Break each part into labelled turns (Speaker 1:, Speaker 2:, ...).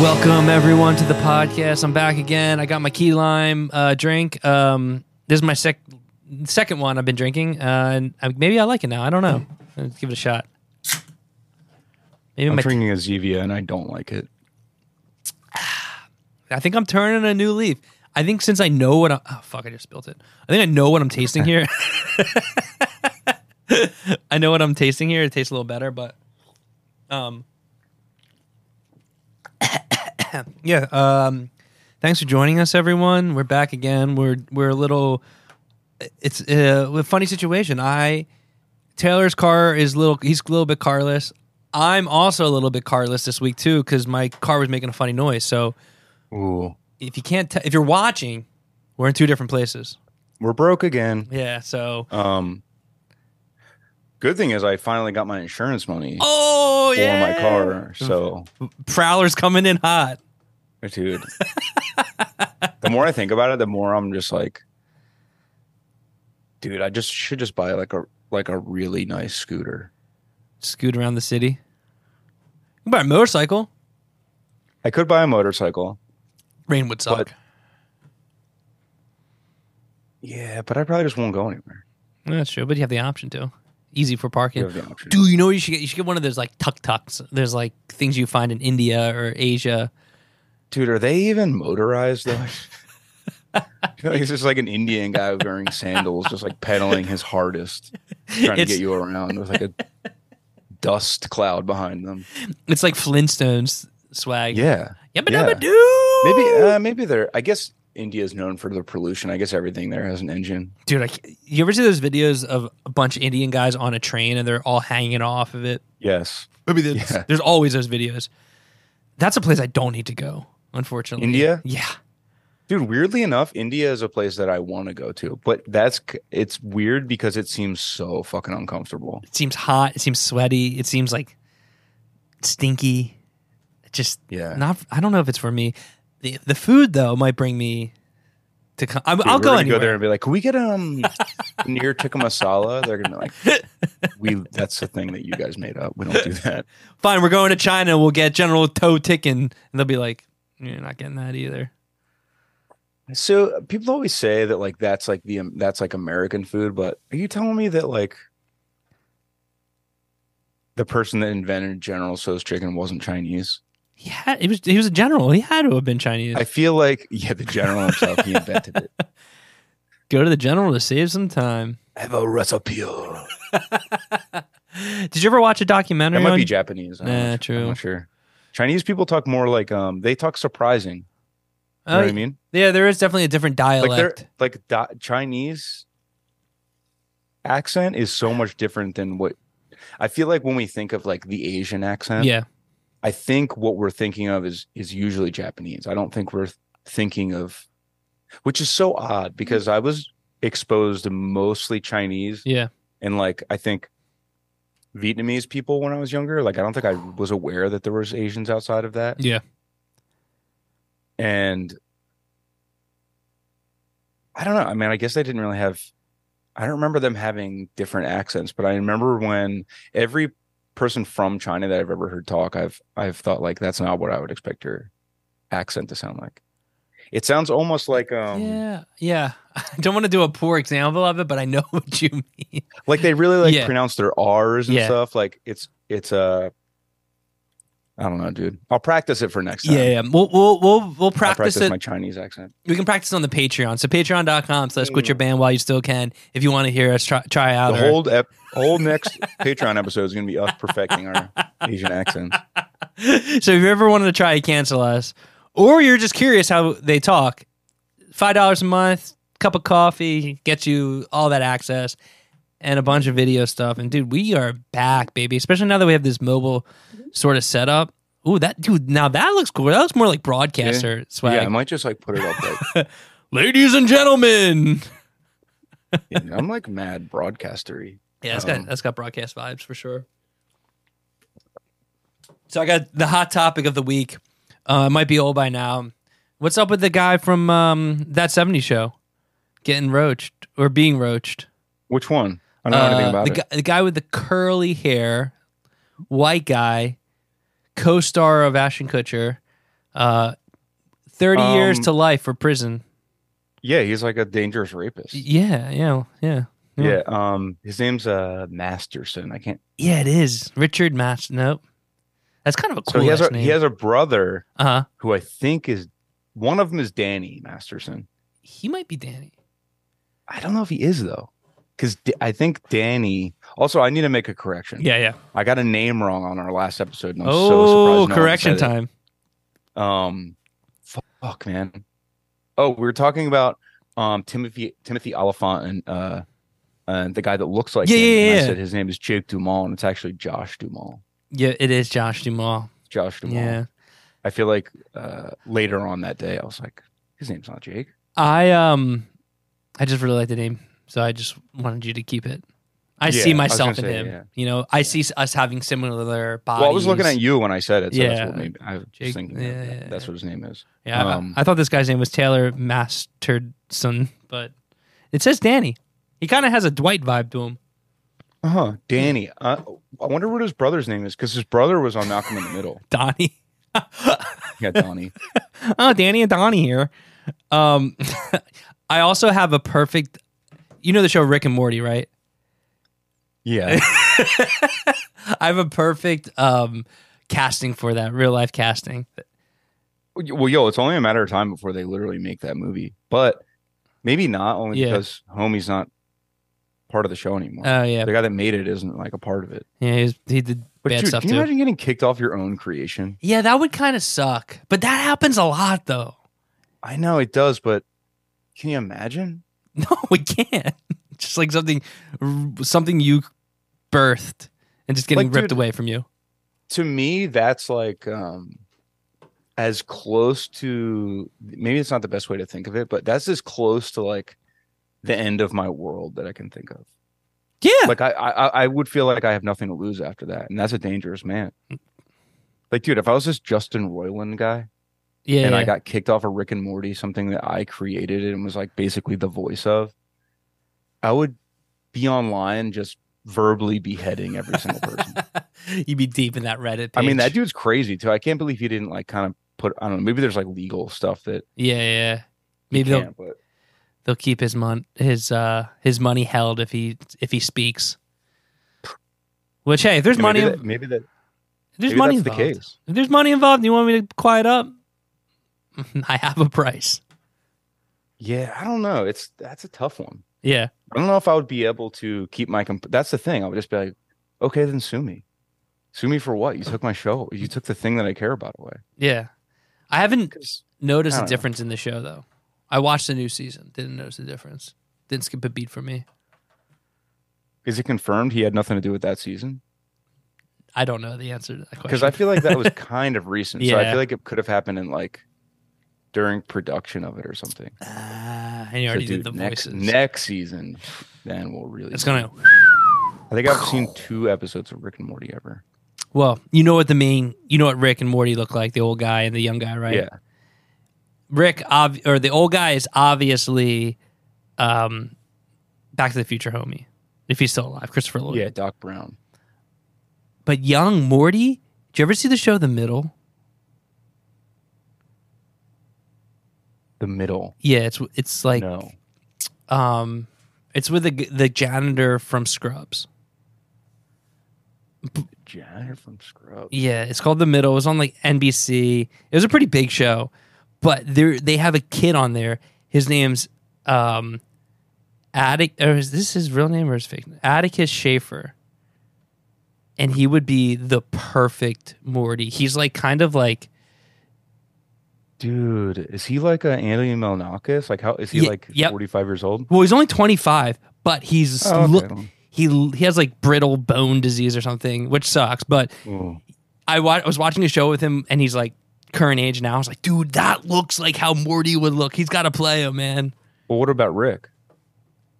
Speaker 1: Welcome everyone to the podcast. I'm back again. I got my key lime uh, drink. Um, this is my sec- second one I've been drinking, uh, and I, maybe I like it now. I don't know. Let's give it a shot. Maybe
Speaker 2: I'm
Speaker 1: my
Speaker 2: drinking a Zevia and I don't like it.
Speaker 1: I think I'm turning a new leaf. I think since I know what I'm, oh fuck, I just spilled it. I think I know what I'm tasting here. I know what I'm tasting here. It tastes a little better, but um, yeah. Um, thanks for joining us, everyone. We're back again. We're we're a little. It's uh, a funny situation. I Taylor's car is little. He's a little bit carless. I'm also a little bit carless this week too because my car was making a funny noise. So
Speaker 2: Ooh.
Speaker 1: if you can't t- if you're watching we're in two different places
Speaker 2: We're broke again.
Speaker 1: yeah so
Speaker 2: Um good thing is I finally got my insurance money
Speaker 1: oh
Speaker 2: for
Speaker 1: yeah
Speaker 2: my car. So
Speaker 1: prowler's coming in hot
Speaker 2: dude. the more I think about it, the more I'm just like dude, I just should just buy like a like a really nice scooter.
Speaker 1: scoot around the city you can buy a motorcycle
Speaker 2: I could buy a motorcycle.
Speaker 1: rain would suck
Speaker 2: But- Yeah, but I probably just won't go anywhere.
Speaker 1: that's true but you have the option to easy for parking
Speaker 2: You have the option.
Speaker 1: Dude, you know what you should get? You should get one of those like tuk tuks. There's like things you find in India or Asia.
Speaker 2: Dude, are they even motorized though? I feel like it's just like an Indian guy wearing sandals, just like pedaling his hardest, trying to
Speaker 1: It's-
Speaker 2: get you around with like a dust cloud behind them.
Speaker 1: It's like Flintstones swag.
Speaker 2: Yeah,
Speaker 1: Yabba
Speaker 2: yeah.
Speaker 1: dabba doo.
Speaker 2: maybe uh, maybe they're. I guess India is known for the pollution. I guess everything there has an engine.
Speaker 1: Dude, I, ca- you ever see those videos of a bunch of Indian guys on a train and they're all hanging off of it?
Speaker 2: Yes,
Speaker 1: Maybe there's,
Speaker 2: Yeah.
Speaker 1: there's always those videos. That's a place I don't need to go, unfortunately.
Speaker 2: India?
Speaker 1: Yeah.
Speaker 2: dude. Weirdly enough, India is a place that I want to go to, but that's c- it's weird because it seems so fucking uncomfortable.
Speaker 1: It seems hot. It seems sweaty. It seems like stinky. It Just
Speaker 2: Yeah.
Speaker 1: not. I don't know if it's for me. The, the food though might bring me to come. I'm,
Speaker 2: Dude,
Speaker 1: I'll
Speaker 2: we're
Speaker 1: go
Speaker 2: gonna
Speaker 1: anywhere.
Speaker 2: Go there and be like, "Can we get um near tikka masala?" They're gonna be like, "We that's the thing that you guys made up. We don't do that."
Speaker 1: Fine, we're going to China. We'll get General Toe Tickin, and they'll be like, "You're not getting that either."
Speaker 2: So uh, people always say that like that's like the um, that's like American food, but are you telling me that like the person that invented General Tso's chicken wasn't Chinese?
Speaker 1: He had. He was. He was a general. He had to have been Chinese.
Speaker 2: I feel like yeah, the general himself he invented it.
Speaker 1: go to the general to save some time.
Speaker 2: Have a recipe.
Speaker 1: Did you ever watch a documentary?
Speaker 2: That might
Speaker 1: on-
Speaker 2: be Japanese. I'm not
Speaker 1: Nah,
Speaker 2: sure- I'm
Speaker 1: true.
Speaker 2: not sure. Chinese people talk more like um they talk surprising. You know
Speaker 1: Oh,
Speaker 2: what I mean?
Speaker 1: Yeah, there is definitely a different dialect.
Speaker 2: like they're like da- Chinese accent is so much different than what I feel like when we think of like the Asian accent.
Speaker 1: yeah,
Speaker 2: I think what we're thinking of is is usually Japanese. I don't think we're th- thinking of, which is so odd because I was exposed to mostly Chinese
Speaker 1: yeah.
Speaker 2: and like I think Vietnamese people when I was younger. Like I don't think I was aware that there was Asians outside of that.
Speaker 1: Yeah.
Speaker 2: And I don't know. I mean, I guess they didn't really have I don't remember them having different accents, but I remember when every person from China that I've ever heard talk, I've I've thought like that's not what I would expect your accent to sound like. It sounds almost like um
Speaker 1: yeah, yeah. I don't want to do a poor example of it, but I know what you mean.
Speaker 2: like they really like
Speaker 1: Yeah.
Speaker 2: pronounce their r's and
Speaker 1: Yeah.
Speaker 2: stuff like it's it's uh i don't know dude i'll practice it for next time
Speaker 1: Yeah, yeah. We'll we'll we'll, we'll
Speaker 2: I'll
Speaker 1: practice, it.
Speaker 2: my chinese accent
Speaker 1: we can practice on the Patreon. So patreon.com slash quit your band while you still can. If you want to hear us try, try out
Speaker 2: the
Speaker 1: our-
Speaker 2: whole ep- whole next patreon episode is going to be us perfecting our asian accents
Speaker 1: so if you ever wanted to try to cancel us, or you're just curious how they talk, five dollars a month, cup of coffee gets you all that access and a bunch of video stuff. And dude, we are back, baby. Especially now that we have this mobile sort of setup. Ooh, that dude! Now that looks cool. That looks more like broadcaster
Speaker 2: yeah i
Speaker 1: swag.
Speaker 2: might just like put it up like
Speaker 1: Ladies and gentlemen.
Speaker 2: you know, i'm like mad broadcastery
Speaker 1: Yeah, that's
Speaker 2: Um,
Speaker 1: got that's got broadcast vibes for sure. So I got the hot topic of the week. Uh, it might be old by now. What's up with the guy from um, that '70s show getting roached or being roached?
Speaker 2: which one i don't know anything
Speaker 1: Uh,
Speaker 2: about
Speaker 1: the,
Speaker 2: it
Speaker 1: gu- the guy with the curly hair, white guy, co-star of Ashton Kutcher. Uh, 30 years
Speaker 2: Um,
Speaker 1: to life for prison.
Speaker 2: Yeah, he's like a dangerous rapist.
Speaker 1: Yeah, yeah, yeah.
Speaker 2: Yeah. Um, his name's uh Masterson. I can't.
Speaker 1: Yeah, it is. Richard Mass. Nope. That's kind of a
Speaker 2: So
Speaker 1: cool
Speaker 2: he has
Speaker 1: last
Speaker 2: a
Speaker 1: name.
Speaker 2: he has a brother
Speaker 1: uh-huh.
Speaker 2: who I think is one of them is Danny Masterson.
Speaker 1: He might be Danny.
Speaker 2: I don't know if he is though, because I think Danny. Also, I need to make a correction.
Speaker 1: Yeah, yeah.
Speaker 2: I got a name wrong on our last episode. And I'm
Speaker 1: oh,
Speaker 2: so surprised. no one
Speaker 1: correction
Speaker 2: said it.
Speaker 1: time.
Speaker 2: Um, fu- fuck, man. Oh, we were talking about um Timothy Timothy Oliphant and uh and the guy that looks like
Speaker 1: Yeah,
Speaker 2: him.
Speaker 1: yeah,
Speaker 2: and
Speaker 1: yeah.
Speaker 2: I said his name is Jake Dumal, and it's actually Josh Dumal.
Speaker 1: Yeah, it is Josh Dumal.
Speaker 2: Josh Dumal.
Speaker 1: Yeah.
Speaker 2: I feel like uh, later on that day, I was like, his name's not Jake.
Speaker 1: I um I just really like the name, so I just wanted you to keep it. I
Speaker 2: Yeah,
Speaker 1: see
Speaker 2: I was
Speaker 1: myself in
Speaker 2: gonna say,
Speaker 1: him.
Speaker 2: yeah.
Speaker 1: You know, I see us having similar bodies.
Speaker 2: Well, I was looking at you when I said it. So
Speaker 1: Yeah,
Speaker 2: That's what made, I was
Speaker 1: Jake-
Speaker 2: thinking
Speaker 1: yeah,
Speaker 2: that-
Speaker 1: yeah, yeah.
Speaker 2: that's what his name is.
Speaker 1: Yeah, I-
Speaker 2: um,
Speaker 1: I, thought this guy's name was Taylor Masterson, but it says Danny. He kind of has a Dwight vibe to him.
Speaker 2: Uh huh. Danny. Uh, I wonder what his brother's name is because his brother was on Malcolm in the Middle.
Speaker 1: Donnie.
Speaker 2: Yeah, Donnie.
Speaker 1: oh, Danny and Donnie here. Um, I also have a perfect. You know the show Rick and Morty, right?
Speaker 2: Yeah.
Speaker 1: I have a perfect um, casting for that real life casting.
Speaker 2: Well, yo, it's only a matter of time before they literally make that movie, but maybe not only
Speaker 1: Yeah.
Speaker 2: because homie's not part of the show anymore.
Speaker 1: Oh yeah,
Speaker 2: the guy that made it isn't like a part of it.
Speaker 1: yeah. He, was, he did
Speaker 2: But
Speaker 1: bad
Speaker 2: dude,
Speaker 1: stuff
Speaker 2: can you
Speaker 1: too.
Speaker 2: imagine getting kicked off your own creation?
Speaker 1: Yeah, that would kind of suck. But that happens a lot though.
Speaker 2: I know it does, but can you imagine?
Speaker 1: No, we can't. Just like something, something you birthed and just getting
Speaker 2: Like,
Speaker 1: ripped
Speaker 2: dude-
Speaker 1: away from you.
Speaker 2: To me, that's like um as close to maybe it's not the best way to think of it, but that's as close to like the end of my world that I can think of.
Speaker 1: Yeah,
Speaker 2: like I, I I- I would feel like I have nothing to lose after that, and that's a dangerous man. Like, dude, if I was this Justin Roiland guy
Speaker 1: yeah.
Speaker 2: and I
Speaker 1: yeah.
Speaker 2: got kicked off of Rick and Morty, something that I created and was like basically the voice of, I would be online just verbally beheading every single person.
Speaker 1: You'd be deep in that Reddit. Page.
Speaker 2: I mean, that dude's crazy too. I can't believe he didn't like kind of put. I don't know. Maybe there's like legal stuff that
Speaker 1: Yeah, yeah.
Speaker 2: he
Speaker 1: Maybe they'll
Speaker 2: can't, but
Speaker 1: they'll keep his mon his uh his money held if he if he speaks. Which hey, if there's
Speaker 2: Yeah,
Speaker 1: money,
Speaker 2: Maybe that, maybe that
Speaker 1: if there's
Speaker 2: maybe
Speaker 1: money
Speaker 2: that's the
Speaker 1: involved.
Speaker 2: case.
Speaker 1: If there's money involved, and you want me to quiet up? I have a price.
Speaker 2: Yeah, I don't know. It's that's a tough one.
Speaker 1: Yeah,
Speaker 2: I don't know if I would be able to keep my. Comp- that's the thing. I would just be like, okay, then sue me. Sue me for what? You took my show. You took the thing that I care about away.
Speaker 1: yeah. I haven't
Speaker 2: Because
Speaker 1: noticed a
Speaker 2: I don't know.
Speaker 1: difference in the show though. I watched the new season, didn't notice the difference. Didn't skip a beat for me.
Speaker 2: is it confirmed he had nothing to do with that season?
Speaker 1: I don't know the answer to that question.
Speaker 2: Because I feel like that was kind of recent. So I
Speaker 1: Yeah.
Speaker 2: feel like it could have happened in like during production of it or something.
Speaker 1: ah, and you
Speaker 2: So,
Speaker 1: already
Speaker 2: dude,
Speaker 1: did the
Speaker 2: next
Speaker 1: voices.
Speaker 2: next season, then we'll really.
Speaker 1: it's gonna
Speaker 2: I think I've seen two episodes of Rick and Morty ever.
Speaker 1: Well, you know what the main, you know what Rick and Morty look like, the old guy and the young guy, right?
Speaker 2: Yeah.
Speaker 1: Rick, ob- or the old guy is obviously um, Back to the Future homie, if he's still alive, Christopher Lloyd.
Speaker 2: Yeah, Doc Brown.
Speaker 1: But young Morty, did you ever see the show The Middle?
Speaker 2: The middle.
Speaker 1: Yeah, it's it's like
Speaker 2: no.
Speaker 1: um, it's with the g- the janitor from Scrubs.
Speaker 2: Janitor from Scrubs.
Speaker 1: Yeah, it's called The Middle. It was on like NBC. It was a pretty big show, but there they have a kid on there. His name's um, Attic. Or is this his real name or his fake name? Atticus Schaefer, and he would be the perfect Morty. He's like kind of like
Speaker 2: Dude, is he like a Anthony Melnakis? Like how is he
Speaker 1: Ye-
Speaker 2: like
Speaker 1: yep.
Speaker 2: 45 years old?
Speaker 1: well, he's only twenty five, but he's
Speaker 2: Oh, okay,
Speaker 1: look.
Speaker 2: well.
Speaker 1: He he has like brittle bone disease or something, which sucks. But
Speaker 2: Ooh.
Speaker 1: I, wa- I was watching a show with him, and he's like current age now. I was like, dude, that looks like how Morty would look. He's got to play him, man.
Speaker 2: Well, what about Rick?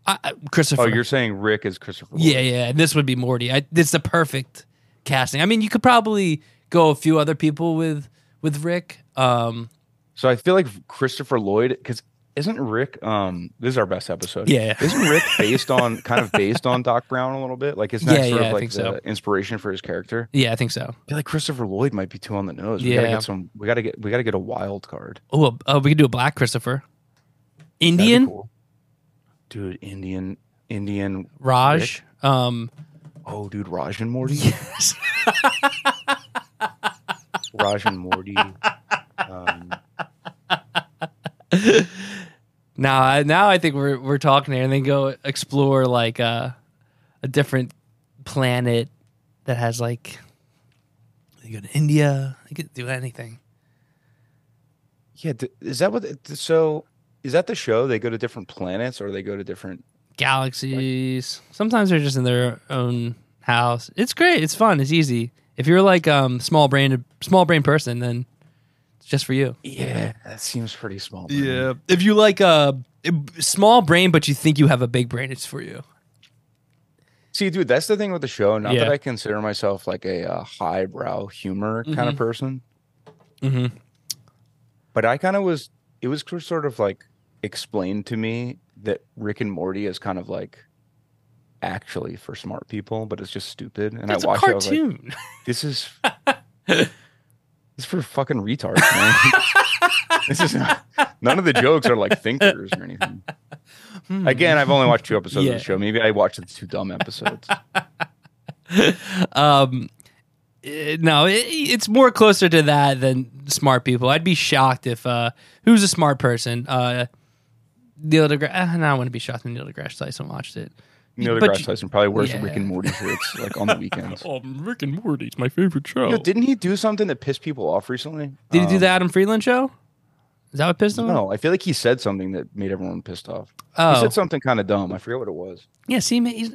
Speaker 1: I, I- Christopher.
Speaker 2: Oh, you're saying Rick is Christopher. Lloyd.
Speaker 1: yeah, yeah. This would be Morty. I, this is the perfect casting. I mean, you could probably go a few other people with with Rick. Um,
Speaker 2: So I feel like Christopher Lloyd, because Isn't Rick? Um, this is our best episode.
Speaker 1: Yeah.
Speaker 2: Isn't Rick based on kind of based on Doc Brown a little bit? Like, isn't that
Speaker 1: Yeah,
Speaker 2: sort
Speaker 1: yeah, I
Speaker 2: of like
Speaker 1: think
Speaker 2: the
Speaker 1: so.
Speaker 2: inspiration for his character?
Speaker 1: Yeah, I think so.
Speaker 2: I feel like Christopher Lloyd might be too on the nose. We gotta
Speaker 1: Yeah.
Speaker 2: get some. We gotta get. We gotta get a wild card.
Speaker 1: Oh, uh, we could do a black Christopher.
Speaker 2: That'd be
Speaker 1: Indian
Speaker 2: cool. dude. Indian, Indian.
Speaker 1: Raj. Um,
Speaker 2: Oh, dude, Raj and Morty.
Speaker 1: yes.
Speaker 2: Raj and Morty. Um,
Speaker 1: now, I, now I think we're we're talking here, and then go explore like uh, a different planet that has like. You go to India. You could do anything.
Speaker 2: yeah, d- is that what? th- So, is that the show? They go to different planets, or they go to different?
Speaker 1: Galaxies. Sometimes they're just in their own house. It's great. It's fun. It's easy. If you're like um small brained small brain person, then it's just for you.
Speaker 2: Yeah, that seems pretty small. man.
Speaker 1: Yeah. If you like a small brain, but you think you have a big brain, it's for you.
Speaker 2: See, dude, that's the thing with the show. Not
Speaker 1: Yeah.
Speaker 2: that I consider myself like a, uh highbrow humor kind of person,
Speaker 1: Mm-hmm.
Speaker 2: but I kind of was. It was cr- sort of like explained to me that Rick and Morty is kind of like actually for smart people, but it's just stupid. And
Speaker 1: It's a
Speaker 2: I watched it. I was like,
Speaker 1: cartoon.
Speaker 2: this is this is for fucking retards, man. this is not, none of the jokes are like thinkers or anything. Again, I've only watched two episodes
Speaker 1: Hmm. Yeah.
Speaker 2: of the show. Maybe I watched the two dumb episodes.
Speaker 1: um, eh, no, it, it's more closer to that than smart people. I'd be shocked if uh, who's a smart person? Uh, Neil deGrasse. Uh, no, I wouldn't be shocked if Neil deGrasse Tyson watched it.
Speaker 2: Neil
Speaker 1: But
Speaker 2: deGrasse
Speaker 1: you-
Speaker 2: Tyson probably wears
Speaker 1: Yeah.
Speaker 2: Rick and Morty shirts like on the weekends.
Speaker 1: Oh, Rick and Morty's my favorite show.
Speaker 2: You know, didn't he do something that pissed people off recently?
Speaker 1: Did he do
Speaker 2: Um,
Speaker 1: the Adam Freeland show? Is that what pissed him off?
Speaker 2: No, I feel like he said something that made everyone pissed off. He
Speaker 1: Oh,
Speaker 2: said something kind of dumb. I forget what it was.
Speaker 1: yeah. See, ma- he's-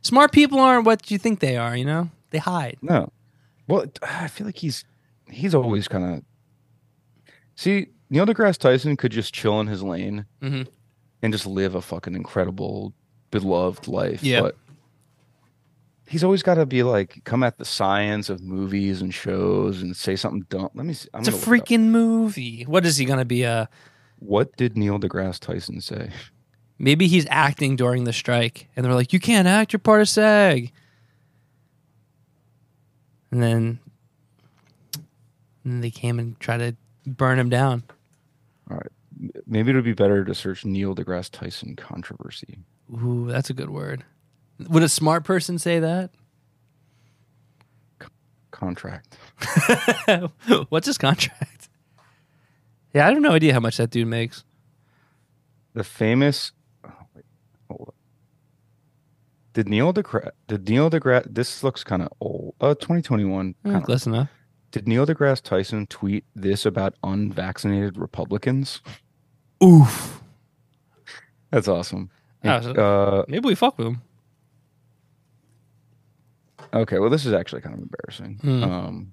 Speaker 1: smart people aren't what you think they are. You know, they hide.
Speaker 2: No. Well, I feel like he's he's always kind of See, Neil deGrasse Tyson could just chill in his lane
Speaker 1: Mhm.
Speaker 2: and just live a fucking incredible beloved life.
Speaker 1: Yeah.
Speaker 2: But he's always got to be like come at the science of movies and shows and say something dumb. Let me see. I'm
Speaker 1: It's a
Speaker 2: gonna look it up.
Speaker 1: freaking movie. What is he gonna be? Uh,
Speaker 2: What did Neil deGrasse Tyson say?
Speaker 1: maybe he's acting during the strike, and they're like, "You can't act. You're part of SAG." And then, and then they came and tried to burn him down.
Speaker 2: Maybe it would be better to search Neil deGrasse Tyson controversy.
Speaker 1: Ooh, that's a good word. Would a smart person say that?
Speaker 2: Contract.
Speaker 1: What's his contract? Yeah, I have no idea how much that dude makes.
Speaker 2: the famous. Oh, wait, hold up. Did Neil deGrasse? Did Neil deGrasse? This looks kind of old. Uh, 2021.
Speaker 1: Eh,
Speaker 2: kinda-
Speaker 1: close enough.
Speaker 2: Did Neil deGrasse Tyson tweet this about unvaccinated Republicans?
Speaker 1: Oof.
Speaker 2: That's awesome.
Speaker 1: Oh,
Speaker 2: And, uh,
Speaker 1: Maybe we fuck with him.
Speaker 2: okay, well, this is actually kind of embarrassing.
Speaker 1: Hmm.
Speaker 2: Um,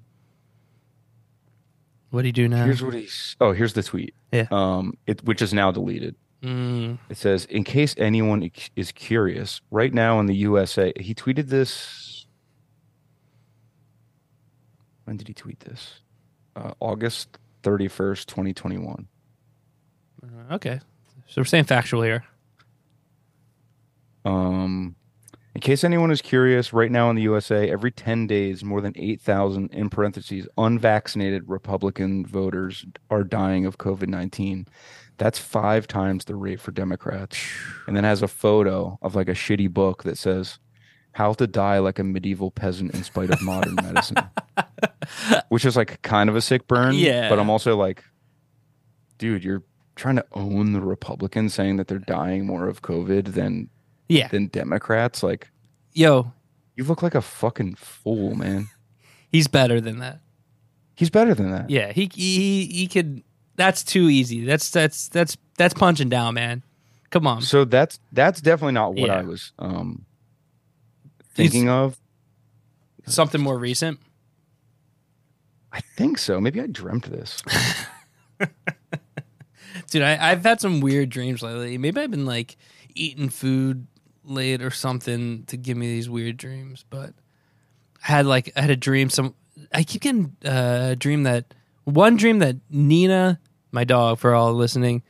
Speaker 1: What do you do now?
Speaker 2: here's what he's. Oh, here's the tweet.
Speaker 1: Yeah.
Speaker 2: Um, it which is now deleted.
Speaker 1: Mm,
Speaker 2: It says, in case anyone ex- is curious, right now in the USA, he tweeted this. When did he tweet this? Uh, August 31st, 2021.
Speaker 1: okay, so we're saying factual here.
Speaker 2: Um, in case anyone is curious, right now in the USA, every 10 days, more than 8,000, in parentheses, unvaccinated Republican voters are dying of COVID 19. That's five times the rate for Democrats. And then has a photo of like a shitty book that says, How to Die Like a Medieval Peasant in Spite of Modern Medicine, which is like kind of a sick burn.
Speaker 1: Yeah.
Speaker 2: But I'm also like, dude, you're trying to own the Republicans saying that they're dying more of COVID than
Speaker 1: Yeah,
Speaker 2: than Democrats. Like,
Speaker 1: yo,
Speaker 2: you look like a fucking fool, man.
Speaker 1: he's better than that.
Speaker 2: He's better than that.
Speaker 1: Yeah, he he he could. That's too easy. That's that's that's that's punching down, man. Come on.
Speaker 2: So that's that's definitely not what
Speaker 1: Yeah.
Speaker 2: I was um thinking of.
Speaker 1: Something more recent.
Speaker 2: I think so. Maybe I dreamt this.
Speaker 1: Dude, I, I've had some weird dreams lately. Maybe I've been like eating food late or something to give me these weird dreams. But I had like I had a dream. Some I keep getting uh, a dream that one dream that Nina, my dog, for all listening,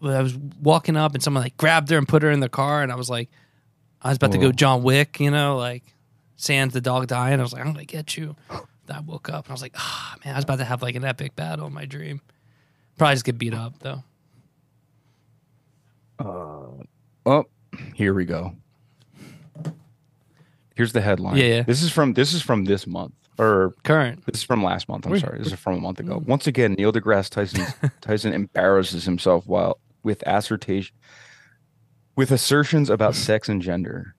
Speaker 1: when I was walking up and someone like grabbed her and put her in the car, and I was like, I was about to
Speaker 2: Whoa.
Speaker 1: go John Wick, you know, like sans the dog dying. I was like, I'm gonna get you. And I woke up and I was like, ah, man, I was about to have like an epic battle in my dream. Probably just get beat up though.
Speaker 2: Oh, here we go. Here's the headline.
Speaker 1: Yeah, yeah.
Speaker 2: This is from this is from this month or
Speaker 1: Current.
Speaker 2: this is from last month. I'm
Speaker 1: Where-
Speaker 2: sorry. This is from a month ago. Once again, Neil deGrasse Tyson Tyson embarrasses himself while with assertion with assertions about sex and gender.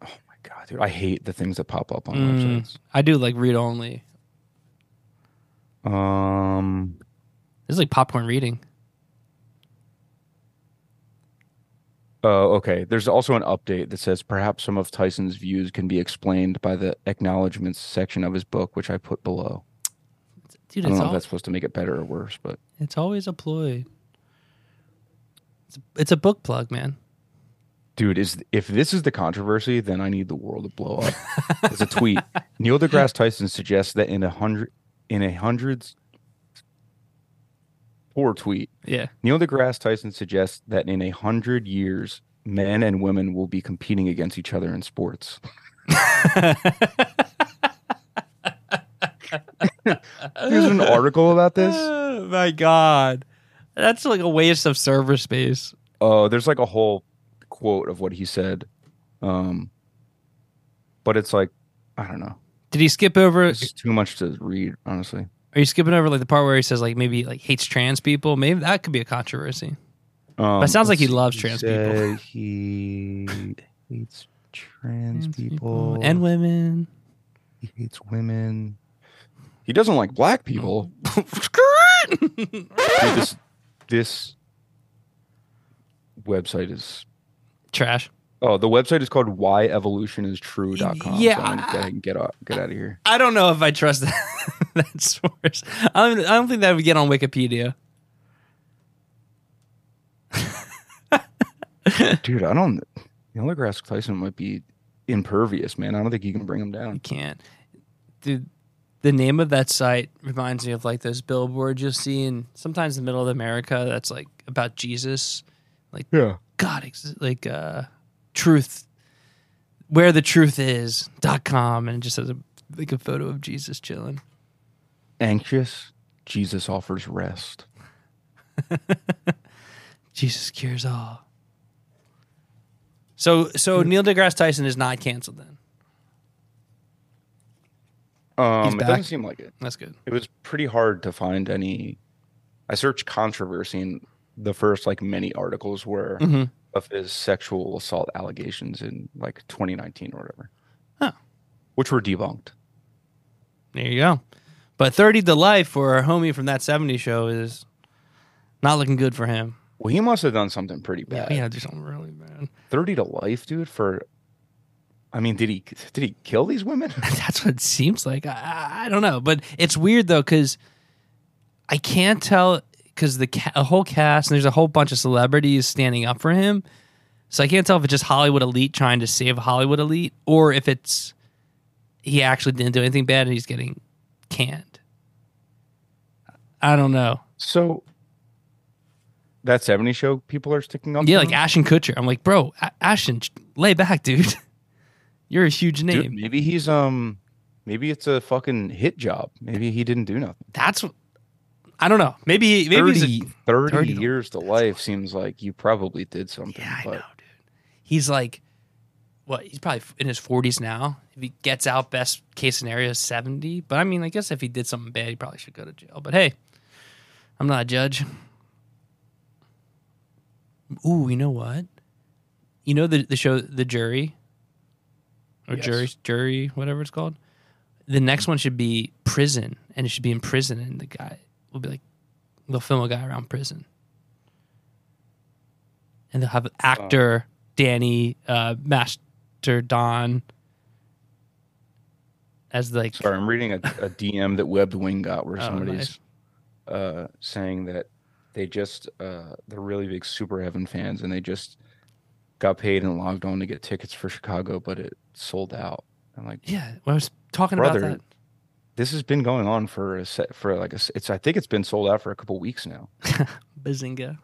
Speaker 2: Oh my god, dude! I hate the things that pop up on
Speaker 1: Mm. I do like read only.
Speaker 2: websites. Um,
Speaker 1: This is like popcorn reading.
Speaker 2: Oh, okay. There's also an update that says perhaps some of Tyson's views can be explained by the acknowledgments section of his book, which I put below.
Speaker 1: Dude,
Speaker 2: I don't
Speaker 1: it's
Speaker 2: know if
Speaker 1: all
Speaker 2: that's supposed to make it better or worse, but
Speaker 1: It's always a ploy. It's a, it's a book plug, man.
Speaker 2: dude, is if this is the controversy, then I need the world to blow up. It's a tweet. Neil deGrasse Tyson suggests that in a hundred in a hundreds poor tweet.
Speaker 1: Yeah.
Speaker 2: Neil deGrasse Tyson suggests that in a hundred years, men and women will be competing against each other in sports. There's an article about this.
Speaker 1: my God. That's like a waste of server space.
Speaker 2: Oh, there's like a whole quote of what he said. Um but it's like I don't know.
Speaker 1: Did he skip over?
Speaker 2: It's too much to read, honestly.
Speaker 1: Are you skipping over like the part where he says like maybe like hates trans people? Maybe that could be a controversy.
Speaker 2: Um,
Speaker 1: it sounds like
Speaker 2: let's
Speaker 1: he
Speaker 2: see.
Speaker 1: loves trans people.
Speaker 2: said He hates trans, people.
Speaker 1: and women.
Speaker 2: he hates women. He doesn't like black people.
Speaker 1: Oh.
Speaker 2: Dude, this this website is
Speaker 1: Trash.
Speaker 2: oh the website is called whyevolutionisttrue.com.
Speaker 1: Yeah,
Speaker 2: so I'm gonna
Speaker 1: I-
Speaker 2: go ahead and get out, get out of here.
Speaker 1: I don't know if I trust that, that source. I don't, I don't think that would get on Wikipedia.
Speaker 2: Dude, I don't. Neil deGrasse Tyson might be impervious, man. I don't think you can bring him
Speaker 1: You
Speaker 2: down.
Speaker 1: can't. The the name of that site reminds me of like those billboards you'll see in sometimes the middle of America that's like about Jesus.
Speaker 2: Yeah.
Speaker 1: God, ex- like uh truth where the truth is dot com and it just has a like a photo of Jesus chilling.
Speaker 2: Anxious, Jesus offers rest.
Speaker 1: Jesus cures all. So so Neil deGrasse Tyson is not canceled then.
Speaker 2: Um,
Speaker 1: He's
Speaker 2: it
Speaker 1: back.
Speaker 2: doesn't seem like it.
Speaker 1: That's good.
Speaker 2: It was pretty hard to find any. I searched controversy, and the first like many articles were
Speaker 1: hmm
Speaker 2: of his sexual assault allegations in like 2019 or whatever,
Speaker 1: Huh.
Speaker 2: which were debunked.
Speaker 1: There you go. But 30 to life for our homie from that 70 show is not looking good for him.
Speaker 2: Well, he must have done something pretty bad.
Speaker 1: Yeah, we gotta do something really bad.
Speaker 2: Thirty to life, dude. For, I mean, did he did he kill these women?
Speaker 1: That's what it seems like. I, I, I don't know, but it's weird though because I can't tell because the ca- a whole cast and there's a whole bunch of celebrities standing up for him, so I can't tell if it's just Hollywood elite trying to save Hollywood elite or if it's he actually didn't do anything bad and he's getting canned. I don't know.
Speaker 2: So that 70 show people are sticking up.
Speaker 1: Yeah,
Speaker 2: for
Speaker 1: like
Speaker 2: him?
Speaker 1: Ashton Kutcher. I'm like, bro, a- Ashton, j- lay back, dude. You're a huge
Speaker 2: Dude,
Speaker 1: name.
Speaker 2: maybe he's um maybe it's a fucking hit job. Maybe he didn't do nothing.
Speaker 1: That's what- I don't know. Maybe maybe he's a-
Speaker 2: 30, 30
Speaker 1: 30 to-
Speaker 2: years to life seems like you probably did something.
Speaker 1: Yeah, I
Speaker 2: but
Speaker 1: know, dude. He's like, what? He's probably in his forties now. If he gets out, best case scenario is seventy. But I mean, I guess if he did something bad, he probably should go to jail. But hey, I'm not a judge. Ooh, you know what? You know the the show, the jury, or
Speaker 2: Yes.
Speaker 1: jury, jury, whatever it's called. The next one should be prison, and it should be in prison, and the guy will be like, they'll film a guy around prison, and they'll have actor Danny uh, Master Don as like
Speaker 2: Sorry, I'm reading a, a DM that Webbed Wing got where
Speaker 1: Oh,
Speaker 2: somebody's uh, saying that they just uh, they're really big Super Heaven fans and they just got paid and logged on to get tickets for Chicago, but it sold out. I'm like,
Speaker 1: yeah. When I was talking
Speaker 2: Brother,
Speaker 1: about that.
Speaker 2: this has been going on for a set for like a s- it's I think it's been sold out for a couple weeks now.
Speaker 1: Bazinga.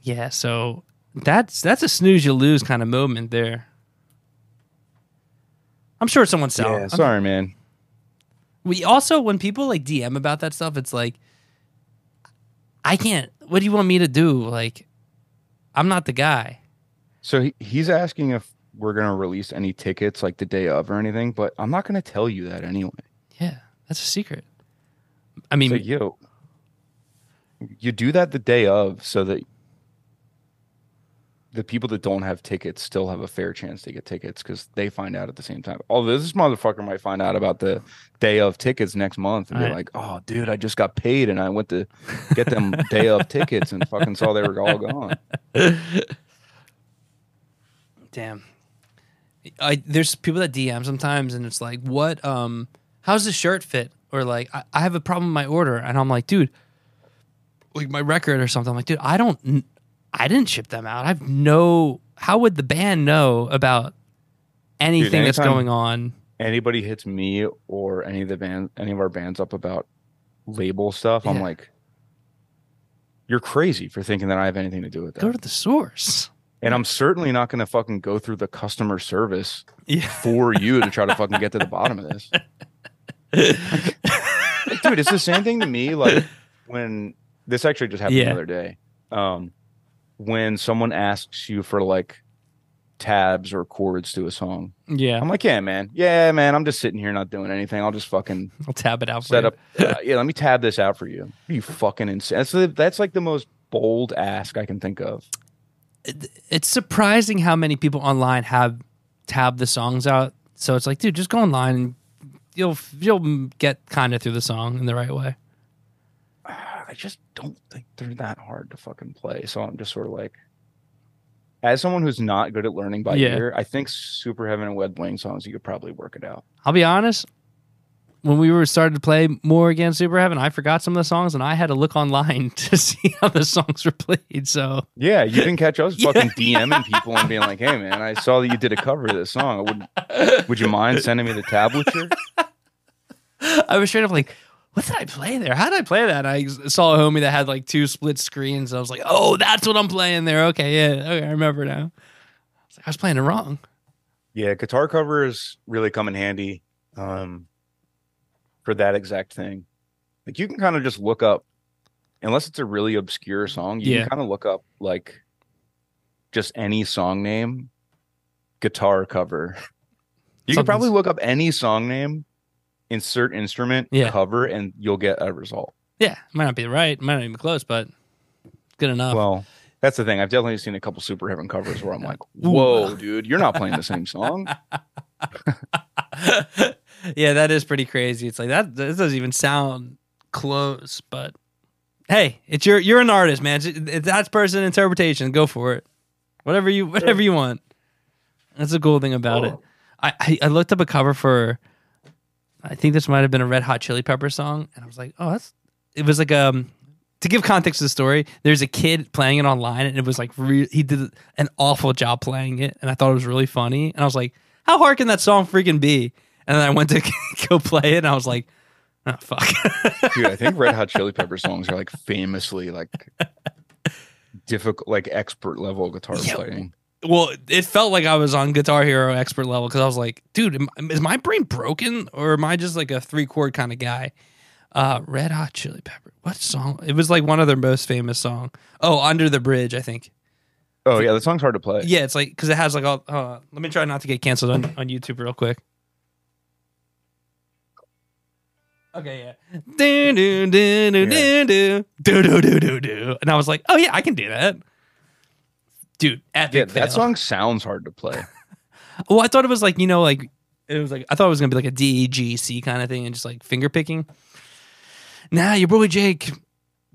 Speaker 1: Yeah, so that's that's a snooze you lose kind of moment there. I'm sure someone's selling.
Speaker 2: yeah,
Speaker 1: I'm-
Speaker 2: sorry, man.
Speaker 1: We also when people like DM about that stuff, it's like I can't. What do you want me to do? Like, I'm not the guy.
Speaker 2: So he, he's asking if we're gonna release any tickets like the day of or anything, but I'm not gonna tell you that anyway.
Speaker 1: Yeah, that's a secret. I mean,
Speaker 2: So yo, you do that the day of so that the people that don't have tickets still have a fair chance to get tickets because they find out at the same time. Although this motherfucker might find out about the day of tickets next month and be
Speaker 1: Right.
Speaker 2: like, "Oh, dude, I just got paid and I went to get them day of tickets and fucking saw they were all gone."
Speaker 1: Damn. I there's people that DM sometimes and it's like, what um how's the shirt fit? Or like I, I have a problem with my order and I'm like, dude, like my record or something. I'm like, dude, I don't kn- I didn't ship them out. I have no how would the band know about anything that's
Speaker 2: anytime-
Speaker 1: going on?
Speaker 2: Anybody hits me or any of the band, any of our bands up about label stuff, I'm
Speaker 1: Yeah.
Speaker 2: like, "You're crazy for thinking that I have anything to do with that."
Speaker 1: Go to the source.
Speaker 2: And I'm certainly not going to fucking go through the customer service
Speaker 1: Yeah.
Speaker 2: for you to try to fucking get to the bottom of this. Like, dude, it's the same thing to me. Like when this actually just happened
Speaker 1: Yeah.
Speaker 2: the other day. Um, when someone asks you for like tabs or chords to a song,
Speaker 1: yeah.
Speaker 2: I'm like, yeah, man. Yeah, man. I'm just sitting here not doing anything. I'll just fucking
Speaker 1: I'll tab it out for
Speaker 2: set
Speaker 1: you.
Speaker 2: up. Uh, yeah, let me tab this out for you. You fucking insane. That's, the, that's like the most bold ask I can think of.
Speaker 1: it's surprising how many people online have tabbed the songs out. So it's like, dude, just go online and you'll you'll get kind of through the song in the right way.
Speaker 2: Ah, I just don't think they're that hard to fucking play. So I'm just sort of like, as someone who's not good at learning by
Speaker 1: Yeah.
Speaker 2: ear, I think Super Heaven and Wed Wing songs you could probably work it out.
Speaker 1: I'll be honest. When we were started to play more again, Super Heaven, I forgot some of the songs, and I had to look online to see how the songs were played. So
Speaker 2: Yeah, you didn't catch us
Speaker 1: Yeah.
Speaker 2: fucking DMing people and being like, "Hey man, I saw that you did a cover of this song. I would would you mind sending me the tablature?"
Speaker 1: I was straight up like, "What did I play there? How did I play that?" I saw a homie that had like two split screens. And I was like, "Oh, that's what I'm playing there." Okay, yeah, okay, I remember now. I was, like, I was playing it wrong.
Speaker 2: Yeah, guitar covers really come in handy um, for that exact thing. Like you can kind of just look up, unless it's a really obscure song, you
Speaker 1: Yeah.
Speaker 2: can kind of look up like just any song name, guitar cover. You can probably
Speaker 1: Something's-
Speaker 2: look up any song name, insert instrument,
Speaker 1: Yeah.
Speaker 2: cover, and you'll get a result.
Speaker 1: Yeah, might not be right, might not even close, but good enough.
Speaker 2: Well, that's the thing. I've definitely seen a couple Super Heaven covers where I'm like,
Speaker 1: Ooh.
Speaker 2: whoa, dude, you're not playing the same song.
Speaker 1: yeah, that is pretty crazy. It's like that. This doesn't even sound close, but hey, it's your you're an artist, man. It's, it's that's person interpretation. Go for it, whatever you whatever you want. That's the cool thing about it. I, I I looked up a cover for, I think this might have been a Red Hot Chili Pepper song, and I was like, oh, that's. It was like um. To give context to the story, there's a kid playing it online, and it was like re- he did an awful job playing it, and I thought it was really funny. And I was like, how hard can that song freaking be? And then I went to go play it, and I was like, oh, fuck.
Speaker 2: Dude, I think Red Hot Chili Pepper songs are like famously like difficult, like expert level guitar
Speaker 1: Yeah.
Speaker 2: playing.
Speaker 1: well, it felt like I was on Guitar Hero expert level because I was like, dude, am- is my brain broken or am I just like a three chord kind of guy? Uh, Red Hot Chili Pepper. What song? It was like one of their most famous song. Oh, Under the Bridge, I think.
Speaker 2: Oh yeah, the song's hard to play.
Speaker 1: Yeah, it's like because it has like all. Hold on. Let me try not to get canceled on, on YouTube real quick. Okay, yeah. Do do do do do do do do do do do, and I was like, oh yeah, I can do that, dude. Epic
Speaker 2: Yeah, that
Speaker 1: fail.
Speaker 2: song sounds hard to play.
Speaker 1: Well, I thought it was like you know like it was like I thought it was gonna be like a D E G C kind of thing and just like finger picking. Nah, your boy Jake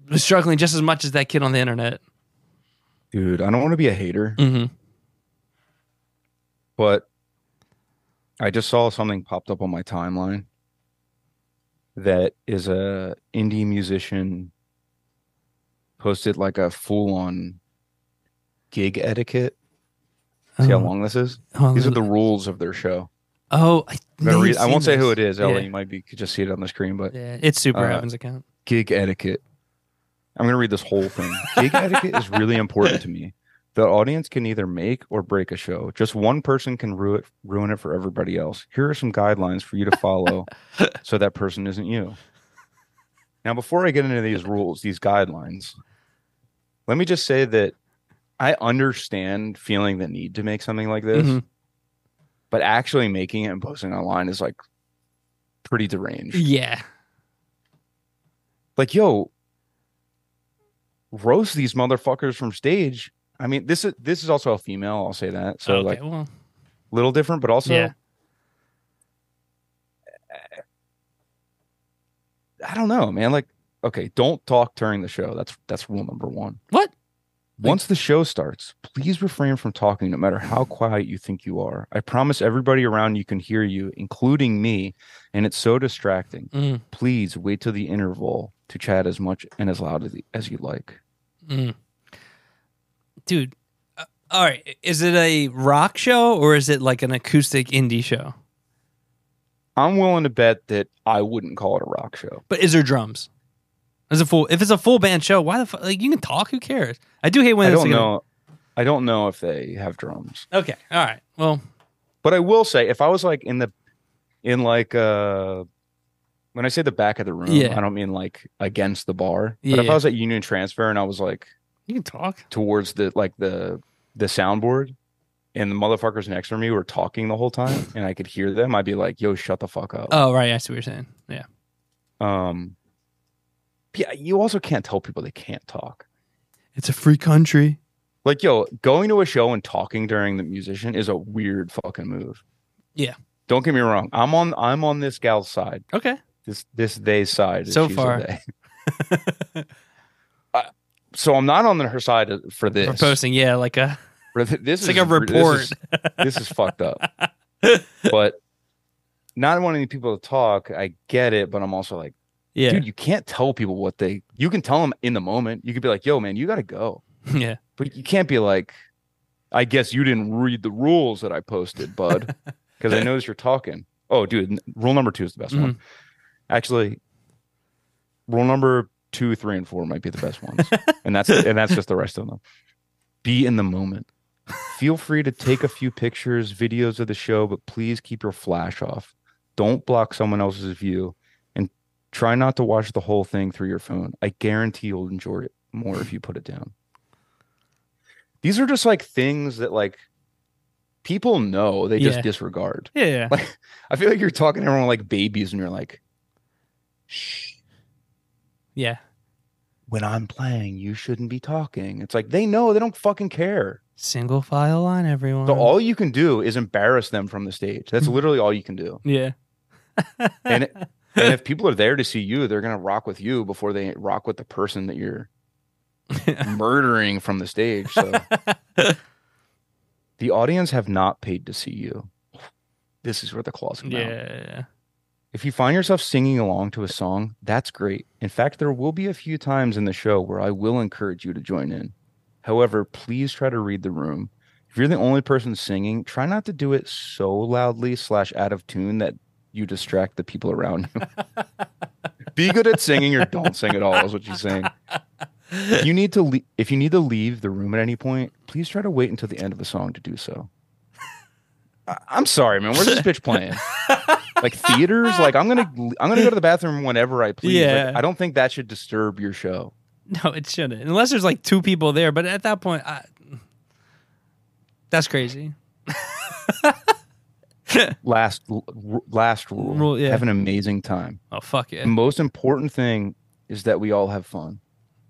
Speaker 1: was struggling just as much as that kid on the internet.
Speaker 2: Dude, I don't want to be a hater,
Speaker 1: Mm-hmm.
Speaker 2: but I just saw something popped up on my timeline that is a indie musician posted like a full on gig etiquette. See how long this is? These are the rules of their show.
Speaker 1: Oh, I,
Speaker 2: I'm gonna
Speaker 1: may
Speaker 2: read-
Speaker 1: have
Speaker 2: I won't
Speaker 1: seen
Speaker 2: say who
Speaker 1: this.
Speaker 2: it is. Ellie,
Speaker 1: Yeah.
Speaker 2: you might be could just see it on the screen, but
Speaker 1: Yeah, it's Super
Speaker 2: Uh,
Speaker 1: Heaven's account.
Speaker 2: gig etiquette. I'm going to read this whole thing. Gig etiquette is really important to me. The audience can either make or break a show. Just one person can ruin ruin it for everybody else. Here are some guidelines for you to follow so that person isn't you. Now, before I get into these rules, these guidelines, let me just say that I understand feeling the need to make something like this,
Speaker 1: Mhm.
Speaker 2: but actually making it and posting online is like pretty deranged.
Speaker 1: Yeah.
Speaker 2: like yo roast these motherfuckers from stage i mean this is this is also a female i'll say that so
Speaker 1: okay.
Speaker 2: like a
Speaker 1: well,
Speaker 2: little different but also
Speaker 1: Yeah.
Speaker 2: i don't know man like okay don't talk during the show that's that's rule number one
Speaker 1: what? Like-
Speaker 2: once the show starts please refrain from talking no matter how quiet you think you are i promise everybody around you can hear you including me and it's so distracting
Speaker 1: Mm,
Speaker 2: please wait till the interval to chat as much and as loud as, as you like
Speaker 1: mm. Dude. uh, all right. Is it a rock show or is it like an acoustic indie show?
Speaker 2: I'm willing to bet that I wouldn't call it a rock show.
Speaker 1: But is there drums? Is a full if it's a full band show, why the fuck? Like you can talk. Who cares? I do hate when
Speaker 2: I
Speaker 1: it's
Speaker 2: don't
Speaker 1: like an-
Speaker 2: know. I don't know if they have drums,
Speaker 1: okay. All right. Well.
Speaker 2: but I will say if I was like in the, in like uh, when I say the back of the room,
Speaker 1: Yeah.
Speaker 2: I don't mean like against the bar. But if
Speaker 1: Yeah.
Speaker 2: I was at Union Transfer and I was like
Speaker 1: You can talk.
Speaker 2: towards the like the the soundboard, and the motherfuckers next to me were talking the whole time, and I could hear them, I'd be like, "Yo, shut the fuck up."
Speaker 1: Oh right, I see what you're saying. Yeah. Oh.
Speaker 2: um, yeah, you also can't tell people they can't talk.
Speaker 1: It's a free country.
Speaker 2: Like, yo, going to a show and talking during the musician is a weird fucking move.
Speaker 1: Yeah.
Speaker 2: Don't get me wrong. I'm on I'm on this gal's side.
Speaker 1: Okay.
Speaker 2: This this they side. as
Speaker 1: So
Speaker 2: she's a
Speaker 1: far.
Speaker 2: they. I- so I'm not on her side for this.
Speaker 1: For posting, yeah, like a
Speaker 2: For th- this
Speaker 1: it's
Speaker 2: is
Speaker 1: like a
Speaker 2: re-
Speaker 1: report.
Speaker 2: This is, this is fucked up. But not wanting people to talk, I get it. But I'm also like,
Speaker 1: yeah.
Speaker 2: dude, you can't tell people what they. You can tell them in the moment. You could be like, yo, man, you got to go.
Speaker 1: Yeah.
Speaker 2: But you can't be like, I guess you didn't read the rules that I posted, bud, because I noticed you're talking. Oh, dude, n- rule number two is the best one. Actually, rule number two, three, and four might be the best ones, and that's and that's just the rest of them. Be in the moment. Feel free to take a few pictures, videos of the show, but please keep your flash off. Don't block someone else's view, and try not to watch the whole thing through your phone. I guarantee you'll enjoy it more if you put it down these are just like things that like people know they
Speaker 1: Yeah.
Speaker 2: just disregard
Speaker 1: Yeah. yeah.
Speaker 2: i feel like you're talking to everyone like babies and you're like shh
Speaker 1: Yeah.
Speaker 2: when i'm playing you shouldn't be talking it's like they know they don't fucking care
Speaker 1: Single file line, everyone.
Speaker 2: so all you can do is embarrass them from the stage that's literally all you can do
Speaker 1: yeah.
Speaker 2: and, it- and if people are there to see you they're gonna rock with you before they rock with the person that you're murdering from the stage so the audience have not paid to see you this is where the claws come out.
Speaker 1: yeah.
Speaker 2: If you find yourself singing along to a song, that's great. In fact, there will be a few times in the show where I will encourage you to join in. However, please try to read the room. If you're the only person singing, try not to do it so loudly slash out of tune that you distract the people around you. be good at singing or don't sing at all is what you're saying. If you need to le- if you need to leave the room at any point, please try to wait until the end of the song to do so. I- I'm sorry, man. Where's this bitch playing? like theaters like i'm gonna i'm gonna go to the bathroom whenever i please Like,
Speaker 1: Yeah.
Speaker 2: i don't think that should disturb your show
Speaker 1: No, it shouldn't. Unless there's like two people there, but at that point, I, that's crazy.
Speaker 2: last l- r- last rule,
Speaker 1: Rule, yeah.
Speaker 2: have an amazing time
Speaker 1: Oh fuck yeah.
Speaker 2: the most important thing is that we all have fun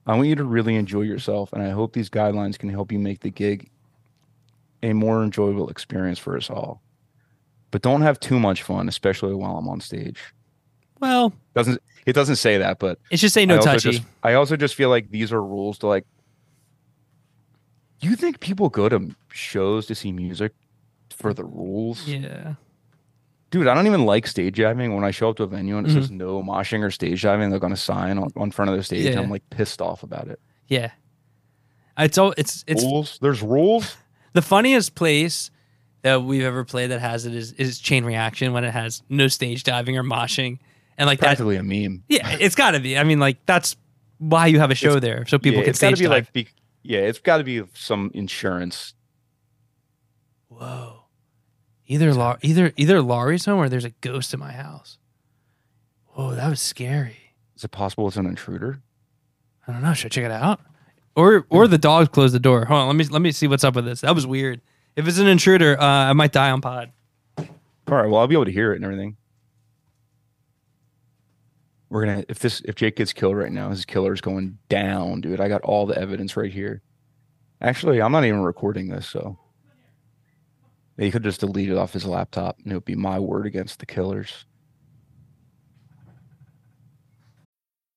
Speaker 2: i want you to really enjoy yourself and i hope these guidelines can help you make the gig a more enjoyable experience for us all but don't have too much fun especially while i'm on stage
Speaker 1: Well,
Speaker 2: doesn't it doesn't say that but
Speaker 1: it should say
Speaker 2: I
Speaker 1: no
Speaker 2: also
Speaker 1: touchy.
Speaker 2: Just, I also just feel like these are rules to like. You think people go to shows to see music for the rules?
Speaker 1: yeah.
Speaker 2: Dude, I don't even like stage diving. When I show up to a venue and it
Speaker 1: Mhm.
Speaker 2: says no moshing or stage diving, they're going to sign on, on front of the stage.
Speaker 1: Yeah.
Speaker 2: I'm like pissed off about it.
Speaker 1: Yeah. It's all it's it's
Speaker 2: rules? There's rules?
Speaker 1: The funniest place that we've ever played that has it is, is Chain Reaction when it has no stage diving or moshing. And like that,
Speaker 2: Practically a meme.
Speaker 1: yeah, it's got to be. I mean, like that's why you have a show there, so people
Speaker 2: yeah,
Speaker 1: can
Speaker 2: it's gotta
Speaker 1: stage
Speaker 2: be
Speaker 1: dive.
Speaker 2: like be, yeah, it's got to be some insurance.
Speaker 1: Whoa. Either La- either either Laurie's home or there's a ghost in my house. Whoa, that was scary.
Speaker 2: Is it possible it's an intruder?
Speaker 1: I don't know. Should I check it out? Or or the dogs closed the door. Hold on, let me let me see what's up with this. That was weird. If it's an intruder, uh, I might die on pod.
Speaker 2: All right, well I'll be able to hear it and everything. We're gonna if this if Jake gets killed right now, his killer's going down, dude. I got all the evidence right here. Actually, I'm not even recording this, so he could just delete it off his laptop, and it would be my word against the killers.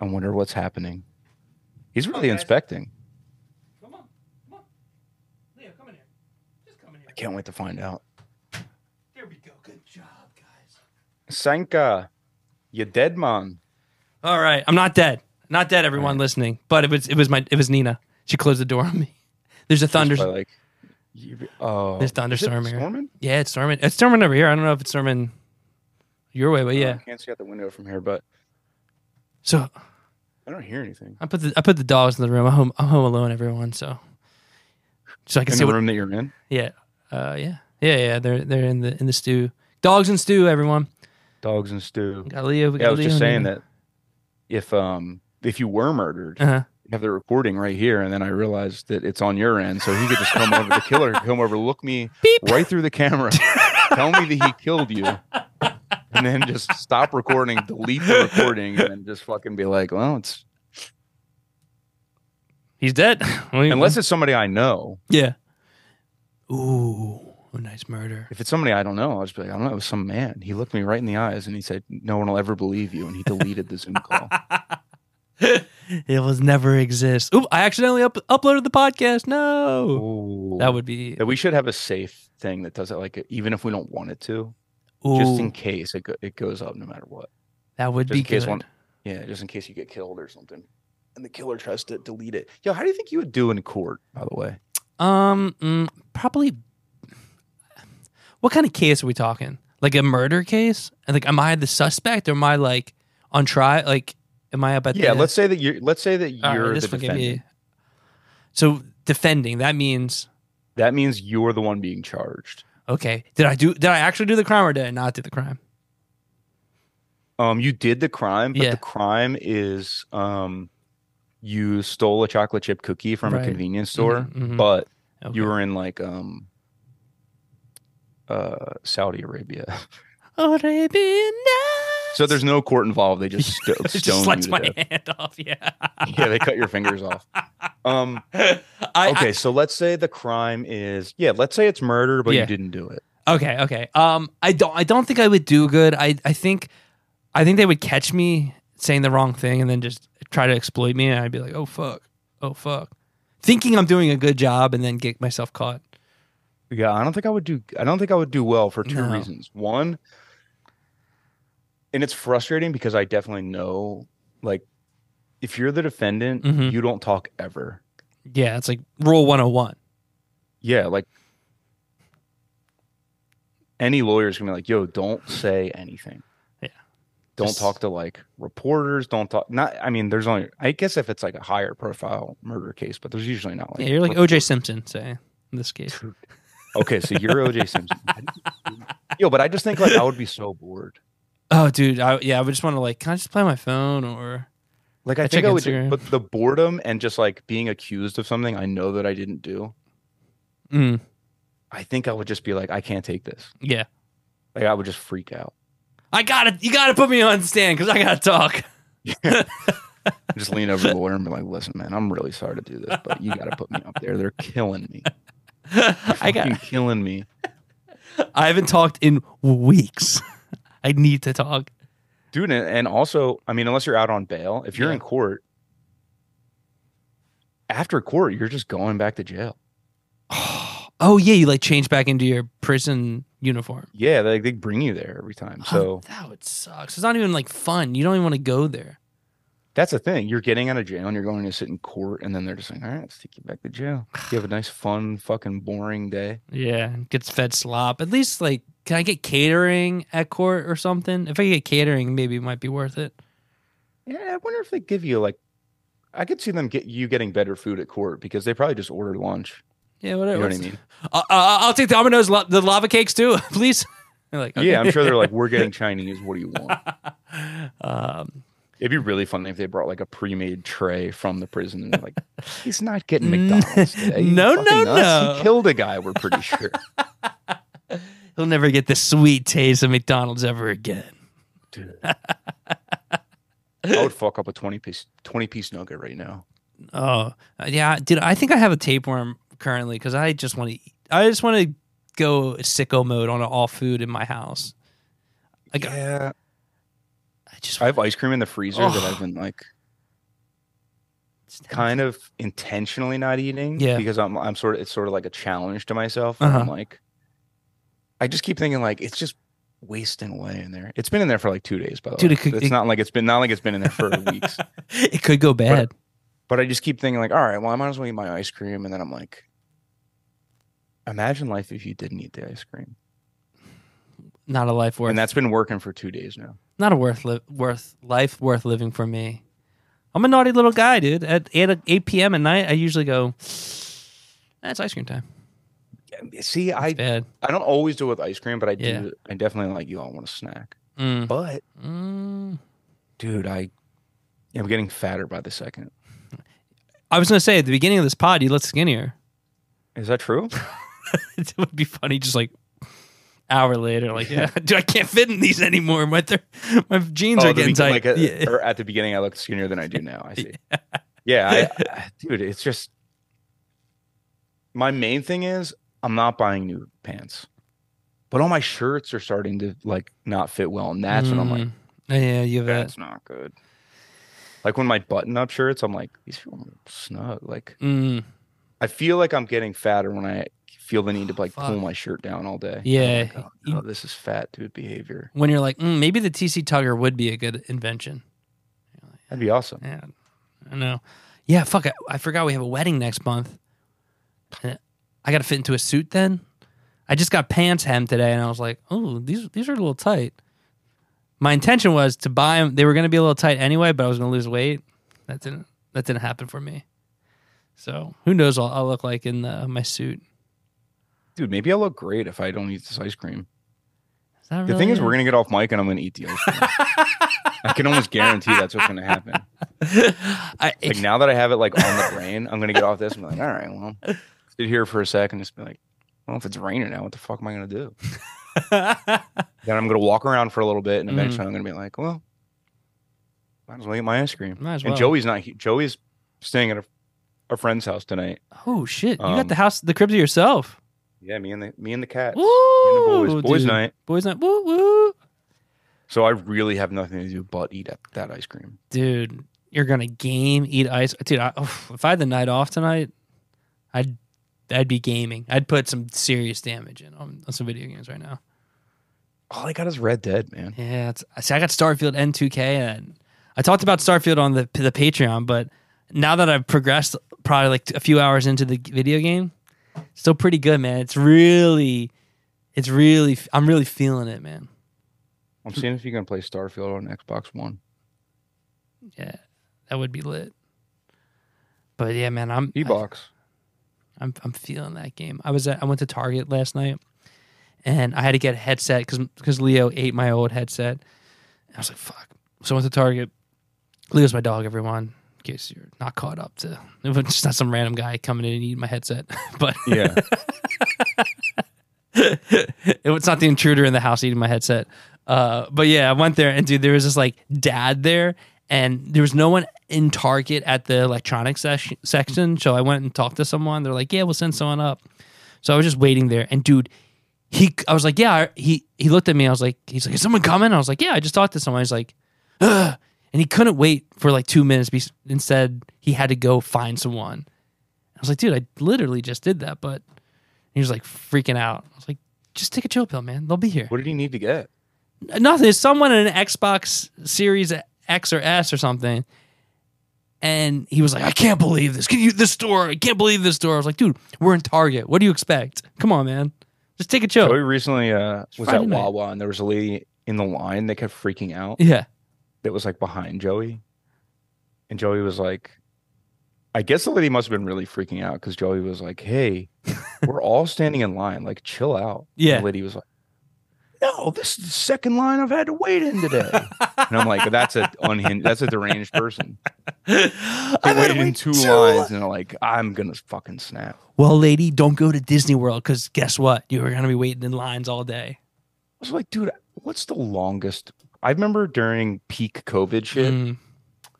Speaker 2: I wonder what's happening. He's really inspecting.
Speaker 1: Come on, come on, Leo, come in here. Just come in here.
Speaker 2: I can't wait to find out.
Speaker 1: There we go. Good job, guys.
Speaker 2: Sanka, you dead man.
Speaker 1: All right, I'm not dead. Not dead, everyone listening. But it was it was my it was Nina. She closed the door on me. There's a thunder.
Speaker 2: By, like, you, oh,
Speaker 1: There's
Speaker 2: is it
Speaker 1: thunderstorm here.
Speaker 2: storming?
Speaker 1: Yeah, it's storming. It's storming over here. I don't know if it's storming your way, but
Speaker 2: I
Speaker 1: yeah.
Speaker 2: can't see out the window from here, but
Speaker 1: So
Speaker 2: I don't hear anything.
Speaker 1: I put the I put the dogs in the room. I'm home. I'm home alone, everyone. So so I can
Speaker 2: In
Speaker 1: see
Speaker 2: the
Speaker 1: what.
Speaker 2: room that you're in,
Speaker 1: Yeah, uh, yeah, yeah, yeah. They're they're in the in the stew. Dogs and stew, everyone.
Speaker 2: dogs and stew.
Speaker 1: We got Leo. We got
Speaker 2: Yeah, I was
Speaker 1: Leo
Speaker 2: just saying
Speaker 1: and-
Speaker 2: that if um if you were murdered,
Speaker 1: Uh-huh.
Speaker 2: you have the recording right here, and then I realized that it's on your end, so he could just come over. The killer could come over, look me
Speaker 1: Beep.
Speaker 2: right through the camera, tell me that he killed you, and then just stop recording, delete the recording, and then just fucking be like, well, it's
Speaker 1: He's dead.
Speaker 2: unless it's somebody I know.
Speaker 1: yeah. Ooh, a nice murder.
Speaker 2: If it's somebody I don't know, I'll just be like, I don't know, it was some man. He looked me right in the eyes and he said, No one will ever believe you. And he deleted the Zoom call.
Speaker 1: It was never exist. Oop! I accidentally up- uploaded the podcast. No,
Speaker 2: Ooh.
Speaker 1: that would be
Speaker 2: That we should have a safe thing that does it, like even if we don't want it to,
Speaker 1: ooh,
Speaker 2: just in case it, go, it goes up no matter what.
Speaker 1: that would
Speaker 2: Just
Speaker 1: be
Speaker 2: in case
Speaker 1: good.
Speaker 2: one, yeah, just in case you get killed or something, and the killer tries to delete it. Yo, how do you think you would do in court? By the way,
Speaker 1: Um, mm, probably. What kind of case are we talking? Like a murder case? And like, am I the suspect or am I like on trial? Like, am I up at
Speaker 2: yeah.
Speaker 1: the,
Speaker 2: Let's say that you're. Let's say that
Speaker 1: All right,
Speaker 2: you're the
Speaker 1: this one gave
Speaker 2: defendant.
Speaker 1: me- So defending that means
Speaker 2: That means you're the one being charged.
Speaker 1: okay. Did I do? Did I actually do the crime or did I not do the crime?
Speaker 2: Um, you did the crime, but
Speaker 1: Yeah.
Speaker 2: the crime is um, you stole a chocolate chip cookie from
Speaker 1: Right.
Speaker 2: a convenience store,
Speaker 1: mhm.
Speaker 2: but
Speaker 1: Okay.
Speaker 2: you were in like um, uh, Saudi Arabia.
Speaker 1: Arabian
Speaker 2: So there's no court involved. They just sto-
Speaker 1: nights. It
Speaker 2: stone
Speaker 1: just sliced
Speaker 2: you to
Speaker 1: my
Speaker 2: death.
Speaker 1: hand off. Yeah.
Speaker 2: Yeah, they cut your fingers off. Um,
Speaker 1: I,
Speaker 2: okay, so let's say the crime is yeah. Let's say it's murder, but
Speaker 1: Yeah.
Speaker 2: you didn't do it.
Speaker 1: Okay, okay. Um, I don't, I don't think I would do good. I, I think, I think they would catch me saying the wrong thing and then just try to exploit me, and I'd be like, oh fuck, oh fuck, thinking I'm doing a good job and then get myself caught.
Speaker 2: Yeah, I don't think I would do. I don't think I would do well for two
Speaker 1: No.
Speaker 2: reasons. One, and it's frustrating because I definitely know, like, if you're the defendant,
Speaker 1: Mhm.
Speaker 2: you don't talk ever.
Speaker 1: Yeah, it's like rule 101.
Speaker 2: Yeah, like any lawyer is gonna be like, "Yo, don't say anything."
Speaker 1: Yeah.
Speaker 2: Don't
Speaker 1: Just-
Speaker 2: talk to like reporters. Don't talk. Not. I mean, there's only. I guess if it's like a higher profile murder case, but there's usually not like.
Speaker 1: Yeah, you're like
Speaker 2: reporters.
Speaker 1: OJ Simpson, say in this case.
Speaker 2: Okay, so you're OJ Simpson. Yo, but I just think like I would be so bored.
Speaker 1: Oh, dude, I, yeah, I would just want to like, can I just play my phone or?
Speaker 2: Like I,
Speaker 1: I
Speaker 2: think
Speaker 1: check
Speaker 2: I would,
Speaker 1: Instagram.
Speaker 2: do, but the boredom and just like being accused of something I know that I didn't do.
Speaker 1: Mm,
Speaker 2: I think I would just be like, I can't take this.
Speaker 1: yeah,
Speaker 2: Like I would just freak out.
Speaker 1: I gotta, you gotta put me on stand because I gotta talk.
Speaker 2: just lean over to the lawyer and be like, "Listen, man, I'm really sorry to do this, but you got to put me up there. They're killing me.
Speaker 1: I got,
Speaker 2: Fucking killing me."
Speaker 1: I haven't talked in weeks. I need to talk.
Speaker 2: dude. And and also, I mean, unless you're out on bail, if you're
Speaker 1: Yeah.
Speaker 2: in court, after court, you're just going back to jail.
Speaker 1: Oh yeah, you like change back into your prison uniform.
Speaker 2: Yeah, they, they bring you there every time. So
Speaker 1: oh, that would suck. It's not even like fun. You don't even want to go there.
Speaker 2: that's the thing. You're getting out of jail and you're going to sit in court, and then they're just like, all right, let's take you back to jail. You have a nice, fun, fucking boring day.
Speaker 1: Yeah, gets fed slop. At least like, can I get catering at court or something? If I get catering, maybe it might be worth it.
Speaker 2: Yeah, I wonder if they give you like, I could see them get you getting better food at court because they probably just order lunch.
Speaker 1: Yeah,
Speaker 2: You
Speaker 1: whatever.
Speaker 2: know what I mean?
Speaker 1: I- I- I'll take the Domino's la- the lava cakes too, please. They're like,
Speaker 2: Yeah, I'm
Speaker 1: okay.
Speaker 2: sure they're like, we're getting Chinese. What do you want?
Speaker 1: um,
Speaker 2: It'd be really funny if they brought like a pre-made tray from the prison and they're like, he's not getting McDonald's today. You
Speaker 1: No,
Speaker 2: fucking
Speaker 1: no,
Speaker 2: nuts.
Speaker 1: no.
Speaker 2: He killed a guy. We're pretty sure,
Speaker 1: he'll never get the sweet taste of McDonald's ever again.
Speaker 2: dude. I would fuck up a twenty piece twenty piece nugget right now.
Speaker 1: Oh yeah, dude. I think I have a tapeworm currently because I just want to. I just want to go sicko mode on all food in my house. Like
Speaker 2: yeah,
Speaker 1: I just
Speaker 2: I have ice cream in the freezer that
Speaker 1: Oh.
Speaker 2: I've been like kind of intentionally not eating.
Speaker 1: Yeah.
Speaker 2: because I'm I'm sort of it's sort of like a challenge to myself. I'm
Speaker 1: Uh-huh.
Speaker 2: like, I just keep thinking like it's just wasting away in there. It's been in there for like two days, by the
Speaker 1: Dude,
Speaker 2: way.
Speaker 1: it could-
Speaker 2: it's
Speaker 1: it-
Speaker 2: not like it's been not like it's been in there for weeks.
Speaker 1: it could go bad.
Speaker 2: But I just keep thinking like, all right, well, I might as well eat my ice cream, and then I'm like, imagine life if you didn't eat the ice cream,
Speaker 1: Not a life worth.
Speaker 2: and that's been working for two days now.
Speaker 1: not a worth li- worth life worth living for me. I'm a naughty little guy, dude. At 8, o- 8 p.m. at night, I usually go. That's ice cream time.
Speaker 2: See, I
Speaker 1: Bad.
Speaker 2: I don't always do it with ice cream, but I
Speaker 1: Yeah.
Speaker 2: do. I definitely like you all want a snack,
Speaker 1: Mm.
Speaker 2: but
Speaker 1: Mm.
Speaker 2: dude, I am getting fatter by the second.
Speaker 1: I was gonna say at the beginning of this pod, you looked skinnier.
Speaker 2: Is that true?
Speaker 1: it would be funny just like hour later like yeah dude i can't fit in these anymore my thir- my jeans are
Speaker 2: the
Speaker 1: getting
Speaker 2: be-
Speaker 1: tight
Speaker 2: Like uh,
Speaker 1: yeah.
Speaker 2: or at the beginning, I looked skinnier than I do now. I see. yeah, I, I- dude, it's just my main thing is I'm not buying new pants, but all my shirts are starting to like not fit well, and that's when I'm like,
Speaker 1: Mm. Oh, yeah you have that
Speaker 2: that's not good. Like when my button-up shirts, I'm like, these feel snug. Like
Speaker 1: mm.
Speaker 2: I feel like I'm getting fatter when I feel the need to like pull
Speaker 1: Fuck.
Speaker 2: my shirt down all day. I'm
Speaker 1: Yeah.
Speaker 2: like, oh, no, this is fat dude behavior.
Speaker 1: when you're like mm, maybe the tc tugger would be a good invention
Speaker 2: That'd be awesome.
Speaker 1: yeah i know yeah fuck i, I forgot we have a wedding next month Uh, i gotta fit into a suit then i just got pants hemmed today and i was like oh these these are a little tight my intention was to buy them they were gonna be a little tight anyway but i was gonna lose weight that didn't that didn't happen for me so who knows what i'll look like in uh my suit
Speaker 2: Dude, maybe I'll look great if I don't eat this ice cream.
Speaker 1: Is that
Speaker 2: The
Speaker 1: really
Speaker 2: thing is,
Speaker 1: it?
Speaker 2: we're gonna get off mic and I'm gonna eat the ice cream. I can almost guarantee that's what's gonna happen.
Speaker 1: I,
Speaker 2: Like now that I have it like on the brain, I'm gonna get off this and be like, all right, well, sit here for a second and just be like, well, if it's raining now, what the fuck am I gonna do? Then I'm gonna walk around for a little bit and
Speaker 1: Mhm.
Speaker 2: eventually I'm gonna be like, well, might as well eat my ice cream.
Speaker 1: Might as
Speaker 2: And
Speaker 1: well.
Speaker 2: Joey's not. he- Joey's staying at a, a friend's house tonight.
Speaker 1: oh shit you
Speaker 2: Um,
Speaker 1: got the house the crib to yourself
Speaker 2: Yeah, me and the me and the cat. Me
Speaker 1: Woo,
Speaker 2: and the boys, boys
Speaker 1: dude.
Speaker 2: night.
Speaker 1: Boys night. Woo woo.
Speaker 2: So I really have nothing to do but eat at that ice cream.
Speaker 1: Dude, you're gonna game, eat ice. Dude, I, oof, if I had the night off tonight, I'd I'd be gaming. I'd put some serious damage in on, on some video games right now.
Speaker 2: All I got is Red Dead, man.
Speaker 1: Yeah, it's, see, I got Starfield and 2K, and I talked about Starfield on the the Patreon, but now that I've progressed, probably like a few hours into the video game, still pretty good, man. It's really, it's really, I'm really feeling it, man.
Speaker 2: I'm seeing if you can play Starfield on Xbox One.
Speaker 1: Yeah, that would be lit. But yeah, man, I'm I-
Speaker 2: E-box.
Speaker 1: I'm I'm feeling that game. I was at, I went to Target last night, and I had to get a headset because Leo ate my old headset. And I was like, fuck. So I went to Target. Leo's my dog, everyone. In case you're not caught up to, it was just not some random guy coming in and eating my headset. but
Speaker 2: Yeah.
Speaker 1: it was not the intruder in the house eating my headset. Uh, but yeah, I went there and dude, there was this like dad there, and there was no one in Target at the electronics sesh- section. So I went and talked to someone. They're like, "Yeah, we'll send someone up." So I was just waiting there, and dude, he, I was like, "Yeah." I- He he looked at me. I was like, "He's like, is someone coming?" I was like, "Yeah, I just talked to someone." He's like, Ugh. And he couldn't wait for like two minutes. be- Instead, he had to go find someone. I was like, dude, I literally just did that. But he was like freaking out. I was like, just take a chill pill, man. They'll be here.
Speaker 2: What did he need to get?
Speaker 1: Nothing. It's someone in an Xbox Series X or S or something. And he was like, I can't believe this. Can you this store? I can't believe this store. I was like, dude, we're in Target. What do you expect? Come on, man. Just take a chill.
Speaker 2: Joey recently uh, was
Speaker 1: Oh. Friday
Speaker 2: at
Speaker 1: night.
Speaker 2: Wawa, and there was a lady in the line that kept freaking out.
Speaker 1: Yeah.
Speaker 2: that was like behind Joey. And Joey was like, I guess the lady must have been really freaking out because Joey was like, Hey, we're all standing in line. Like, chill out.
Speaker 1: Yeah.
Speaker 2: And the lady was like, No, this is the second line I've had to wait in today. and I'm like, That's a unhinged, that's a deranged person. I
Speaker 1: I
Speaker 2: waited in two lines and I'm like, I'm going to fucking snap.
Speaker 1: Well, lady, don't go to Disney World because guess what? You're gonna be waiting in lines all day.
Speaker 2: I was like, Dude, what's the longest? I remember during peak COVID shit,
Speaker 1: Mm.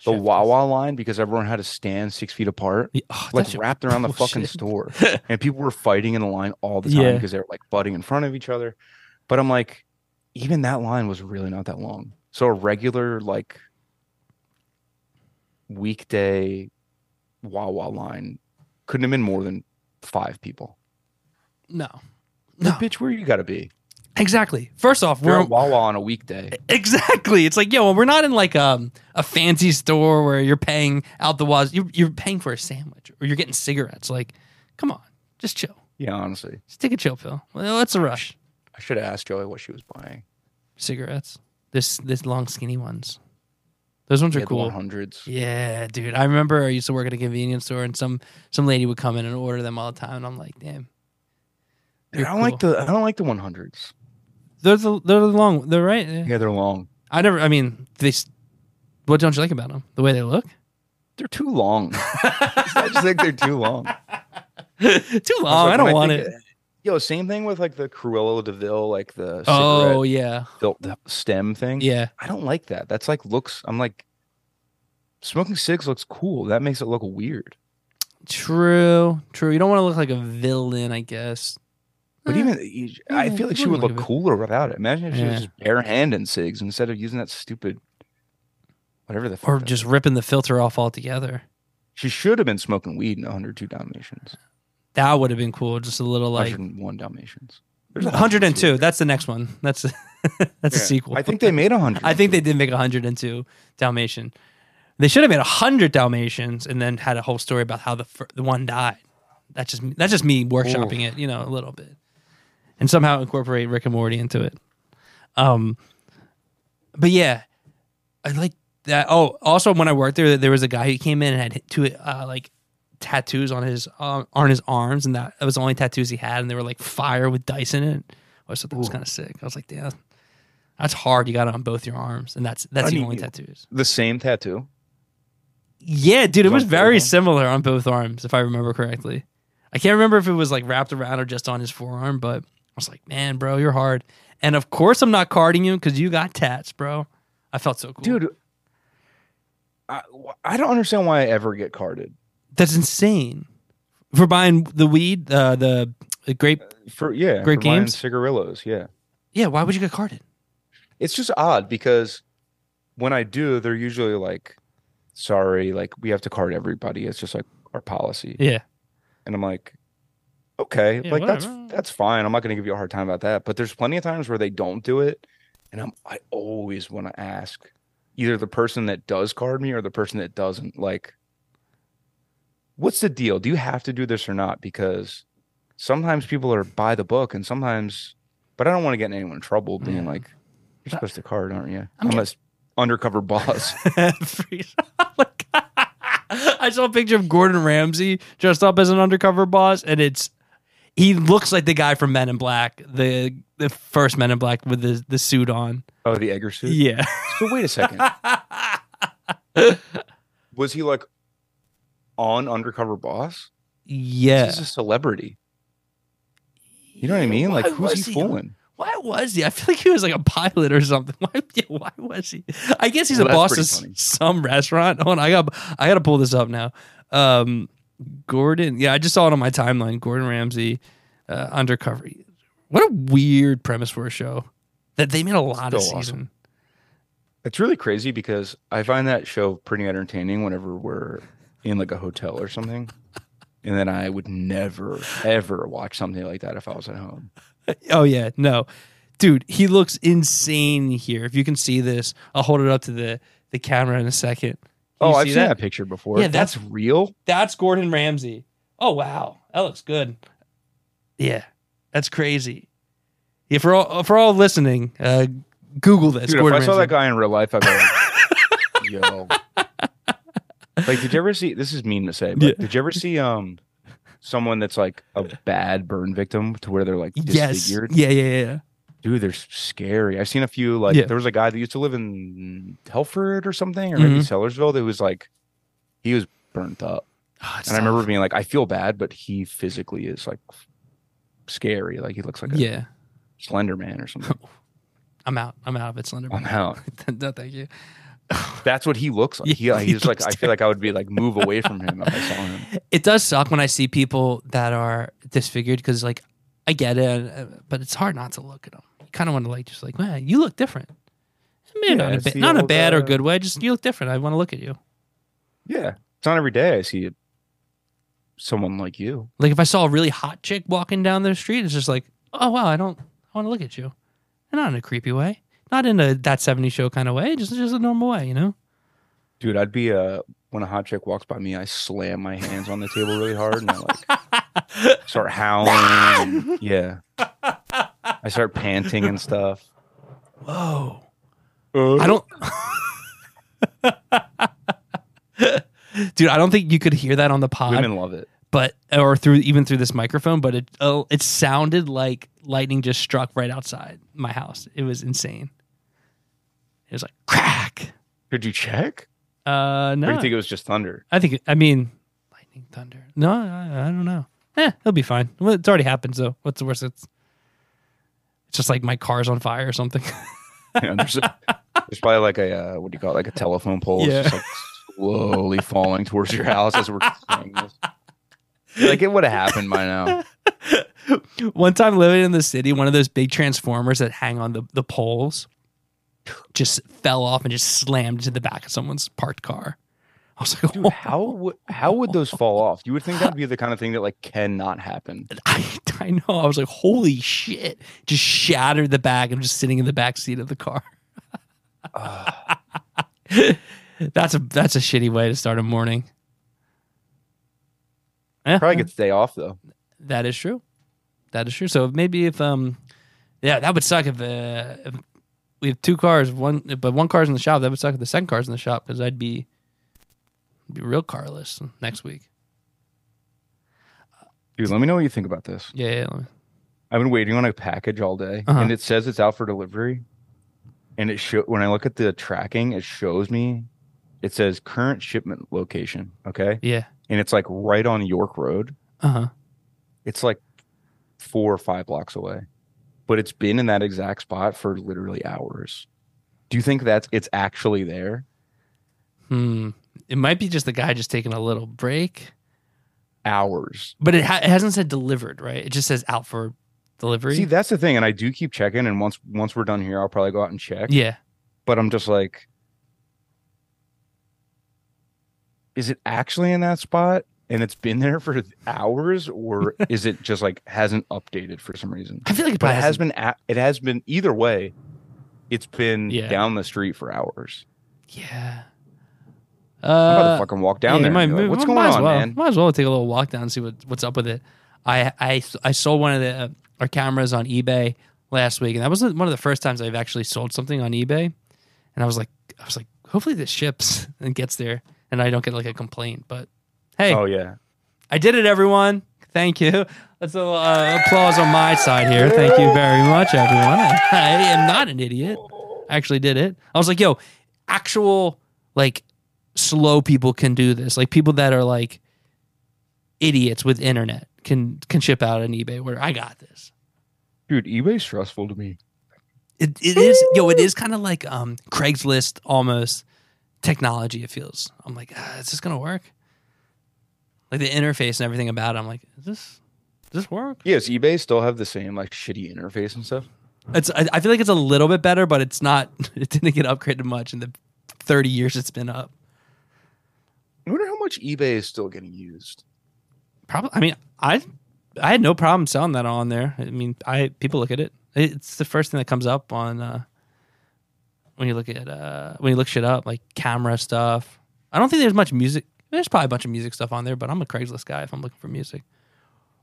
Speaker 2: the
Speaker 1: Shit.
Speaker 2: Wawa line, because everyone had to stand six feet apart.
Speaker 1: Yeah, oh, that
Speaker 2: like
Speaker 1: shit-
Speaker 2: wrapped around the fucking
Speaker 1: bullshit.
Speaker 2: store. and people were fighting in the line all the
Speaker 1: Yeah.
Speaker 2: time because they were like butting in front of each other. But I'm like, even that line was really not that long. So a regular like weekday Wawa line couldn't have been more than five people.
Speaker 1: no, no,
Speaker 2: Bitch, where you gotta be?
Speaker 1: exactly. First off,
Speaker 2: We're
Speaker 1: we're
Speaker 2: at Wawa on a
Speaker 1: eh,
Speaker 2: weekday.
Speaker 1: exactly. It's like yo, we're not in like um a fancy store where you're paying out the waz. You're, you're paying for a sandwich or you're getting cigarettes. Like, come on, just chill.
Speaker 2: Yeah, honestly.
Speaker 1: Just take a chill pill. Well, it's a rush.
Speaker 2: I should have asked Joey what she was buying.
Speaker 1: Cigarettes. This this long skinny ones. Those ones are
Speaker 2: Yeah, the
Speaker 1: cool.
Speaker 2: 100s.
Speaker 1: Yeah, dude. I remember I used to work at a convenience store, and some some lady would come in and order them all the time, and I'm like, damn.
Speaker 2: Dude,
Speaker 1: you're
Speaker 2: I don't like the I don't like the 100s.
Speaker 1: They're the they're the long. They're right.
Speaker 2: Yeah, they're long.
Speaker 1: I never. I mean, they. s- What don't you like about them? The way they look.
Speaker 2: They're too long. I just think they're too long.
Speaker 1: Too
Speaker 2: I was
Speaker 1: long.
Speaker 2: like,
Speaker 1: Oh, I don't
Speaker 2: when
Speaker 1: want
Speaker 2: think
Speaker 1: it.
Speaker 2: of- Yo, same thing with like the Cruella Deville, like the
Speaker 1: Oh
Speaker 2: cigarette
Speaker 1: yeah,
Speaker 2: built stem thing.
Speaker 1: yeah.
Speaker 2: I don't like that. That's like looks. I'm like, smoking cigs looks cool. That makes it look weird.
Speaker 1: True, true. You don't want to look like a villain, I guess.
Speaker 2: But
Speaker 1: Eh,
Speaker 2: even you- I
Speaker 1: yeah,
Speaker 2: feel like
Speaker 1: you
Speaker 2: she would
Speaker 1: wouldn't
Speaker 2: look
Speaker 1: look
Speaker 2: cooler without it. Imagine if she
Speaker 1: Yeah.
Speaker 2: was just bare hand in cigs instead of using that stupid, whatever the. fuck
Speaker 1: or
Speaker 2: that-
Speaker 1: just ripping the filter off altogether.
Speaker 2: she should have been smoking weed in 102 Dalmatians.
Speaker 1: That would have been cool. Just a little like
Speaker 2: 101 Dalmatians. There's a hundred and
Speaker 1: 102.
Speaker 2: two.
Speaker 1: That's the next one. That's that's a
Speaker 2: Yeah.
Speaker 1: sequel.
Speaker 2: I think they made 100.
Speaker 1: I think they did make 102 Dalmatian. They should have made 100 Dalmatians and then had a whole story about how the, fir- the one died. That's just that's just me workshopping it, you know, a little bit, and somehow incorporate Rick and Morty into it. Um, but yeah, I like that. Oh, also when I worked there, there was a guy who came in and had two uh, like tattoos on his um, on his arms, and that, that was the only tattoos he had, and they were like fire with dice in it. Oh, I just thought that was
Speaker 2: Ooh.
Speaker 1: kind of sick. I was like, damn, that's hard. You got it on both your arms, and that's that's
Speaker 2: I
Speaker 1: the
Speaker 2: need
Speaker 1: only
Speaker 2: you.
Speaker 1: tattoos.
Speaker 2: the same tattoo.
Speaker 1: Yeah, dude, it
Speaker 2: Was
Speaker 1: was
Speaker 2: on both
Speaker 1: very
Speaker 2: arms?
Speaker 1: similar on both arms, if I remember correctly. I can't remember if it was like wrapped around or just on his forearm, but I was like, man, bro, you're hard. And of course, I'm not carding you because you got tats, bro. I felt so cool,
Speaker 2: dude. I, I don't understand why I ever get carded
Speaker 1: That's insane for buying the weed, uh, the, the grape.
Speaker 2: for yeah
Speaker 1: Great
Speaker 2: for buying
Speaker 1: games?
Speaker 2: cigarillos. Yeah,
Speaker 1: Yeah, why would you get carded?
Speaker 2: it's just odd because when I do, they're usually like, "Sorry, like we have to card everybody." It's just like our policy,
Speaker 1: Yeah,
Speaker 2: and I'm like, "Okay,
Speaker 1: Yeah,
Speaker 2: like
Speaker 1: whatever.
Speaker 2: that's that's fine. I'm not going to give you a hard time about that." But there's plenty of times where they don't do it, and I'm I always want to ask either the person that does card me or the person that doesn't like what's the deal? Do you have to do this or not? Because sometimes people are by the book, and sometimes, but I don't want to get anyone in trouble being
Speaker 1: Yeah.
Speaker 2: like, you're supposed to card, aren't you?
Speaker 1: I'm
Speaker 2: I'm a s- undercover boss.
Speaker 1: Freeze. Like, I saw a picture of Gordon Ramsay dressed up as an undercover boss, and it's he looks like the guy from Men in Black, the the first Men in Black with the the suit on.
Speaker 2: oh, the Egger suit.
Speaker 1: Yeah,
Speaker 2: So wait a second. Was he like on undercover boss?
Speaker 1: yeah.
Speaker 2: He's a celebrity. You know what I mean? Like,
Speaker 1: Why
Speaker 2: who's
Speaker 1: was
Speaker 2: he fooling?
Speaker 1: Why was he? I feel like he was like a pilot or something. Why? yeah, why was he? I guess he's
Speaker 2: Well,
Speaker 1: a
Speaker 2: that's
Speaker 1: boss
Speaker 2: pretty
Speaker 1: of s-
Speaker 2: funny.
Speaker 1: some restaurant. Hold on, I got I got to pull this up now. Um, Gordon. Yeah, I just saw it on my timeline. Gordon Ramsay, uh, undercover. What a weird premise for a show that they made a lot of
Speaker 2: Still awesome.
Speaker 1: season.
Speaker 2: It's really crazy because I find that show pretty entertaining whenever we're in like a hotel or something. And then I would never, ever watch something like that if I was at home.
Speaker 1: Oh yeah, no, dude, he looks insane here. If you can see this, I'll hold it up to the the camera in a second. Can
Speaker 2: oh,
Speaker 1: you
Speaker 2: I've
Speaker 1: see
Speaker 2: seen
Speaker 1: that?
Speaker 2: that? picture before.
Speaker 1: Yeah,
Speaker 2: that's, real.
Speaker 1: That's Gordon Ramsay. Oh wow, that looks good. Yeah, that's crazy. Yeah, for all for all listening, uh, Google this.
Speaker 2: Dude, if I
Speaker 1: Gordon
Speaker 2: saw
Speaker 1: Ramsay.
Speaker 2: that guy in real life, I'd be like, yo. Like, did you ever see this is mean to say, but
Speaker 1: Yeah.
Speaker 2: did you ever see um someone that's like a bad burn victim to where they're like
Speaker 1: Yes.
Speaker 2: disfigured?
Speaker 1: Yeah, yeah, yeah.
Speaker 2: Dude, they're s- scary. I've seen a few. Like
Speaker 1: Yeah.
Speaker 2: there was a guy that used to live in Telford or something, or
Speaker 1: Mhm.
Speaker 2: maybe Sellersville. That was like he was burnt up,
Speaker 1: Oh, it's
Speaker 2: and I remember being like, I feel bad, but he physically is like scary. Like he looks like
Speaker 1: tough.
Speaker 2: a
Speaker 1: Yeah,
Speaker 2: Slender Man or something.
Speaker 1: I'm out. I'm out of it, Slender.
Speaker 2: I'm out.
Speaker 1: no, thank you.
Speaker 2: That's what he looks like.
Speaker 1: Yeah,
Speaker 2: He, like,
Speaker 1: he
Speaker 2: he's like I
Speaker 1: looks
Speaker 2: feel like I would be like move away from him if I saw him.
Speaker 1: It does suck when I see people that are disfigured because, like, I get it, uh, but it's hard not to look at them. You kind of want to like just like, man, you look different. Maybe
Speaker 2: Yeah,
Speaker 1: not in a
Speaker 2: it's
Speaker 1: ba-
Speaker 2: the
Speaker 1: not in a
Speaker 2: old,
Speaker 1: bad or
Speaker 2: uh,
Speaker 1: good way. Just you look different. I want to look at you.
Speaker 2: Yeah, it's not every day I see it. someone like you.
Speaker 1: Like if I saw a really hot chick walking down the street, it's just like, oh wow, I don't I want to look at you. And not in a creepy way. Not in a that 70 show kind of way, just just a normal way, you know?
Speaker 2: Dude, I'd be uh when a hot chick walks by me, I slam my hands on the table really hard and I like start howling. and- yeah. I start panting and stuff.
Speaker 1: Whoa. I don't Dude, I don't think you could hear that on the pod,
Speaker 2: Women love it.
Speaker 1: but or through even through this microphone, but it oh, it sounded like lightning just struck right outside my house. It was insane. It was like crack.
Speaker 2: Did you check?
Speaker 1: Uh no.
Speaker 2: Or do you think it was just thunder?
Speaker 1: I think. I mean, lightning, thunder. No, I, I don't know. Eh, it'll be fine. Well, it's already happened, so what's the worst? It's it's just like my car's on fire or something.
Speaker 2: Yeah, there's, there's probably like a uh, what do you call it? Like a telephone pole
Speaker 1: Yeah.
Speaker 2: yeah. just like slowly falling towards your house as we're saying this. Like it would have happened by now.
Speaker 1: one time living in the city, one of those big transformers that hang on the, the poles just fell off and just slammed into the back of someone's parked car. I was like,
Speaker 2: Dude, how would how would those fall off? You would think that'd be the kind of thing that like cannot happen.
Speaker 1: I, I know. I was like, holy shit. Just shattered the back. I'm just sitting in the back seat of the car. that's a that's a shitty way to start a morning. Eh,
Speaker 2: Probably gets the day off though.
Speaker 1: that is true. That is true. So maybe if um yeah, that would suck if, uh, if we have two cars, one but one car's in the shop, that would suck if the second car's in the shop cuz I'd be be real carless next week.
Speaker 2: Dude, let me know what you think about this.
Speaker 1: Yeah, yeah. let me-
Speaker 2: I've been waiting on a package all day,
Speaker 1: Uh-huh.
Speaker 2: and it says it's out for delivery. And it show when I look at the tracking, it shows me. It says current shipment location. Okay,
Speaker 1: Yeah.
Speaker 2: and it's like right on York Road.
Speaker 1: Uh-huh.
Speaker 2: It's like four or five blocks away, but it's been in that exact spot for literally hours. Do you think that's it's actually there?
Speaker 1: Hmm. It might be just the guy just taking a little break,
Speaker 2: Hours.
Speaker 1: but it, ha- it hasn't said delivered, right? It just says out for delivery.
Speaker 2: See, that's the thing, and I do keep checking. And once once we're done here, I'll probably go out and check.
Speaker 1: yeah.
Speaker 2: but I'm just like, is it actually in that spot and it's been there for hours, or is it just like hasn't updated for some reason?
Speaker 1: I feel like it
Speaker 2: But
Speaker 1: probably
Speaker 2: it has
Speaker 1: hasn't-
Speaker 2: been. a- It has been either way. It's been
Speaker 1: Yeah.
Speaker 2: down the street for hours.
Speaker 1: Yeah.
Speaker 2: I'm about to
Speaker 1: Uh,
Speaker 2: fucking walk down
Speaker 1: yeah,
Speaker 2: there.
Speaker 1: you Might,
Speaker 2: and be like, What's
Speaker 1: might
Speaker 2: going
Speaker 1: as
Speaker 2: on,
Speaker 1: well,
Speaker 2: man?
Speaker 1: Might as well take a little walk down and see what, what's up with it. I I I sold one of the uh, our cameras on eBay last week, and that was one of the first times I've actually sold something on eBay. And I was like, I was like, hopefully this ships and gets there, and I don't get like a complaint. But hey,
Speaker 2: Oh yeah,
Speaker 1: I did it, everyone. Thank you. That's a little, uh, applause on my side here. Thank you very much, everyone. I, I am not an idiot. I actually did it. I was like, yo, actual like slow people can do this. Like people that are like idiots with internet can can ship out an eBay order. I got this
Speaker 2: dude, eBay's stressful to me.
Speaker 1: it, it is yo it is kind of like um craigslist almost technology it feels i'm like ah, is this gonna work like the interface and everything about it i'm like is this does this work
Speaker 2: Yes, eBay still have the same like shitty interface and stuff.
Speaker 1: It's I I feel like it's a little bit better, but it's not. It didn't get upgraded much in the thirty years it's been up.
Speaker 2: I wonder how much eBay is still getting used.
Speaker 1: Probably. I mean, I I had no problem selling that on there. I mean, I people look at it. It's the first thing that comes up on uh, when you look at uh, when you look shit up, like camera stuff. I don't think there's much music. There's probably a bunch of music stuff on there, but I'm a Craigslist guy if I'm looking for music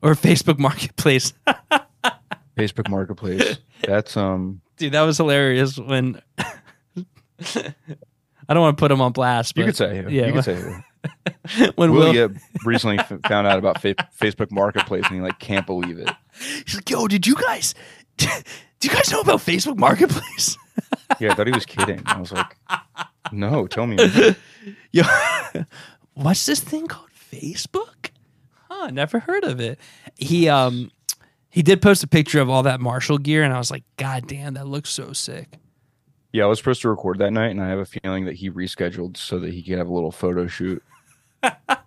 Speaker 1: or Facebook Marketplace.
Speaker 2: Facebook Marketplace. That's um.
Speaker 1: Dude, that was hilarious when I don't want to put him on blast. But
Speaker 2: You could say who.
Speaker 1: yeah,
Speaker 2: you could say who.
Speaker 1: when
Speaker 2: Will
Speaker 1: Will,
Speaker 2: Yip recently f- found out about fa- Facebook Marketplace and he like can't believe it.
Speaker 1: he's like, "Yo, did you guys? Do you guys know about Facebook Marketplace?"
Speaker 2: Yeah, I thought he was kidding. I was like, no, tell me. more."
Speaker 1: Yo, what's this thing called Facebook? Huh, never heard of it. He um he did post a picture of all that Marshall gear, and I was like, God damn, that looks so sick.
Speaker 2: Yeah, I was supposed to record that night, and I have a feeling that he rescheduled so that he could have a little photo shoot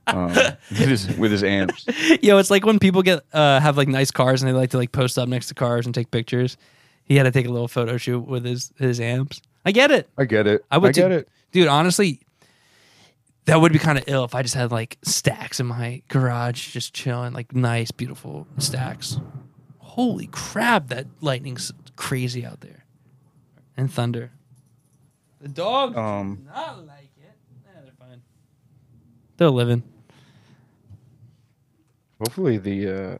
Speaker 2: um, with his with his amps.
Speaker 1: Yo, it's like when people get uh have like nice cars and they like to like post up next to cars and take pictures. He had to take a little photo shoot with his his amps. I get it.
Speaker 2: I get it.
Speaker 1: I would
Speaker 2: get
Speaker 1: do-
Speaker 2: it.
Speaker 1: dude. Honestly, that would be kind of ill if I just had like stacks in my garage, just chilling, like nice, beautiful stacks. Holy crap! That lightning's crazy out there, and thunder. The dog
Speaker 2: Um,
Speaker 1: not like it. Nah, they're fine. They're living.
Speaker 2: hopefully the uh,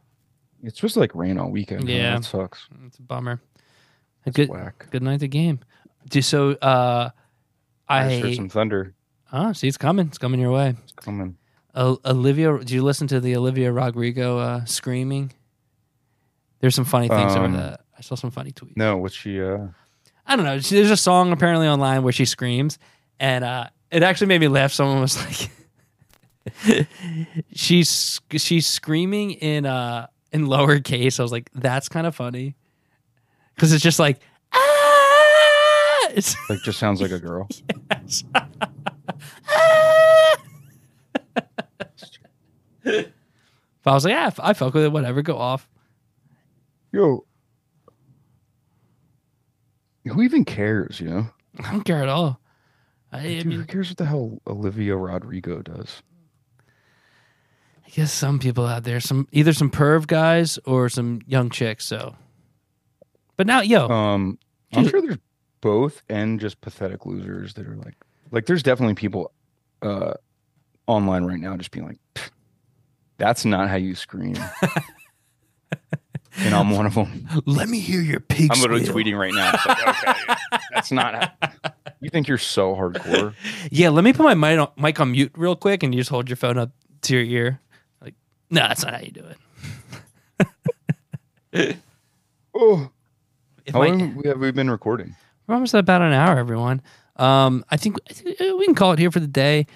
Speaker 2: it's supposed to like rain all weekend. huh?
Speaker 1: Yeah.
Speaker 2: that sucks.
Speaker 1: It's a bummer. A good
Speaker 2: Whack.
Speaker 1: good night. The game. Do so. Uh,
Speaker 2: I,
Speaker 1: I,
Speaker 2: just heard some thunder.
Speaker 1: oh, see, it's coming. It's coming your way.
Speaker 2: It's coming.
Speaker 1: O- Olivia, do you listen to the Olivia Rodrigo uh, screaming? There's some funny things
Speaker 2: Um,
Speaker 1: over that. I saw some funny tweets.
Speaker 2: No, what's she? Uh,
Speaker 1: I don't know. She- There's a song apparently online where she screams, and uh, it actually made me laugh. Someone was like, "She's she's screaming in uh in lowercase." I was like, "That's kind of funny," because it's just like ah. It's,
Speaker 2: like just sounds like a girl.
Speaker 1: it's- ah! but I was like, "Yeah, I I fuck with it. Whatever, go off."
Speaker 2: Yo, who even cares? You know,
Speaker 1: I don't care at all. I, I
Speaker 2: Dude, who
Speaker 1: mean,
Speaker 2: cares what the hell Olivia Rodrigo does?
Speaker 1: I guess some people out there, some either some perv guys or some young chicks. So, but now, yo,
Speaker 2: Um, I'm
Speaker 1: She's-
Speaker 2: sure there's both and just pathetic losers that are like, like there's definitely people uh online right now just being like, "Pfft, that's not how you scream. and I'm one of them.
Speaker 1: let me hear your pig.
Speaker 2: I'm literally
Speaker 1: squeal.
Speaker 2: tweeting right now. It's like, okay, that's not. How, you think you're so hardcore?
Speaker 1: Yeah, let me put my mic on, mic on mute real quick, and you just hold your phone up to your ear. Like, no, that's not how you do it.
Speaker 2: Oh,
Speaker 1: If
Speaker 2: how
Speaker 1: my-
Speaker 2: long we- have we been recording?
Speaker 1: We're almost at about an hour, everyone. Um, I think I think, uh, we can call it here for the day.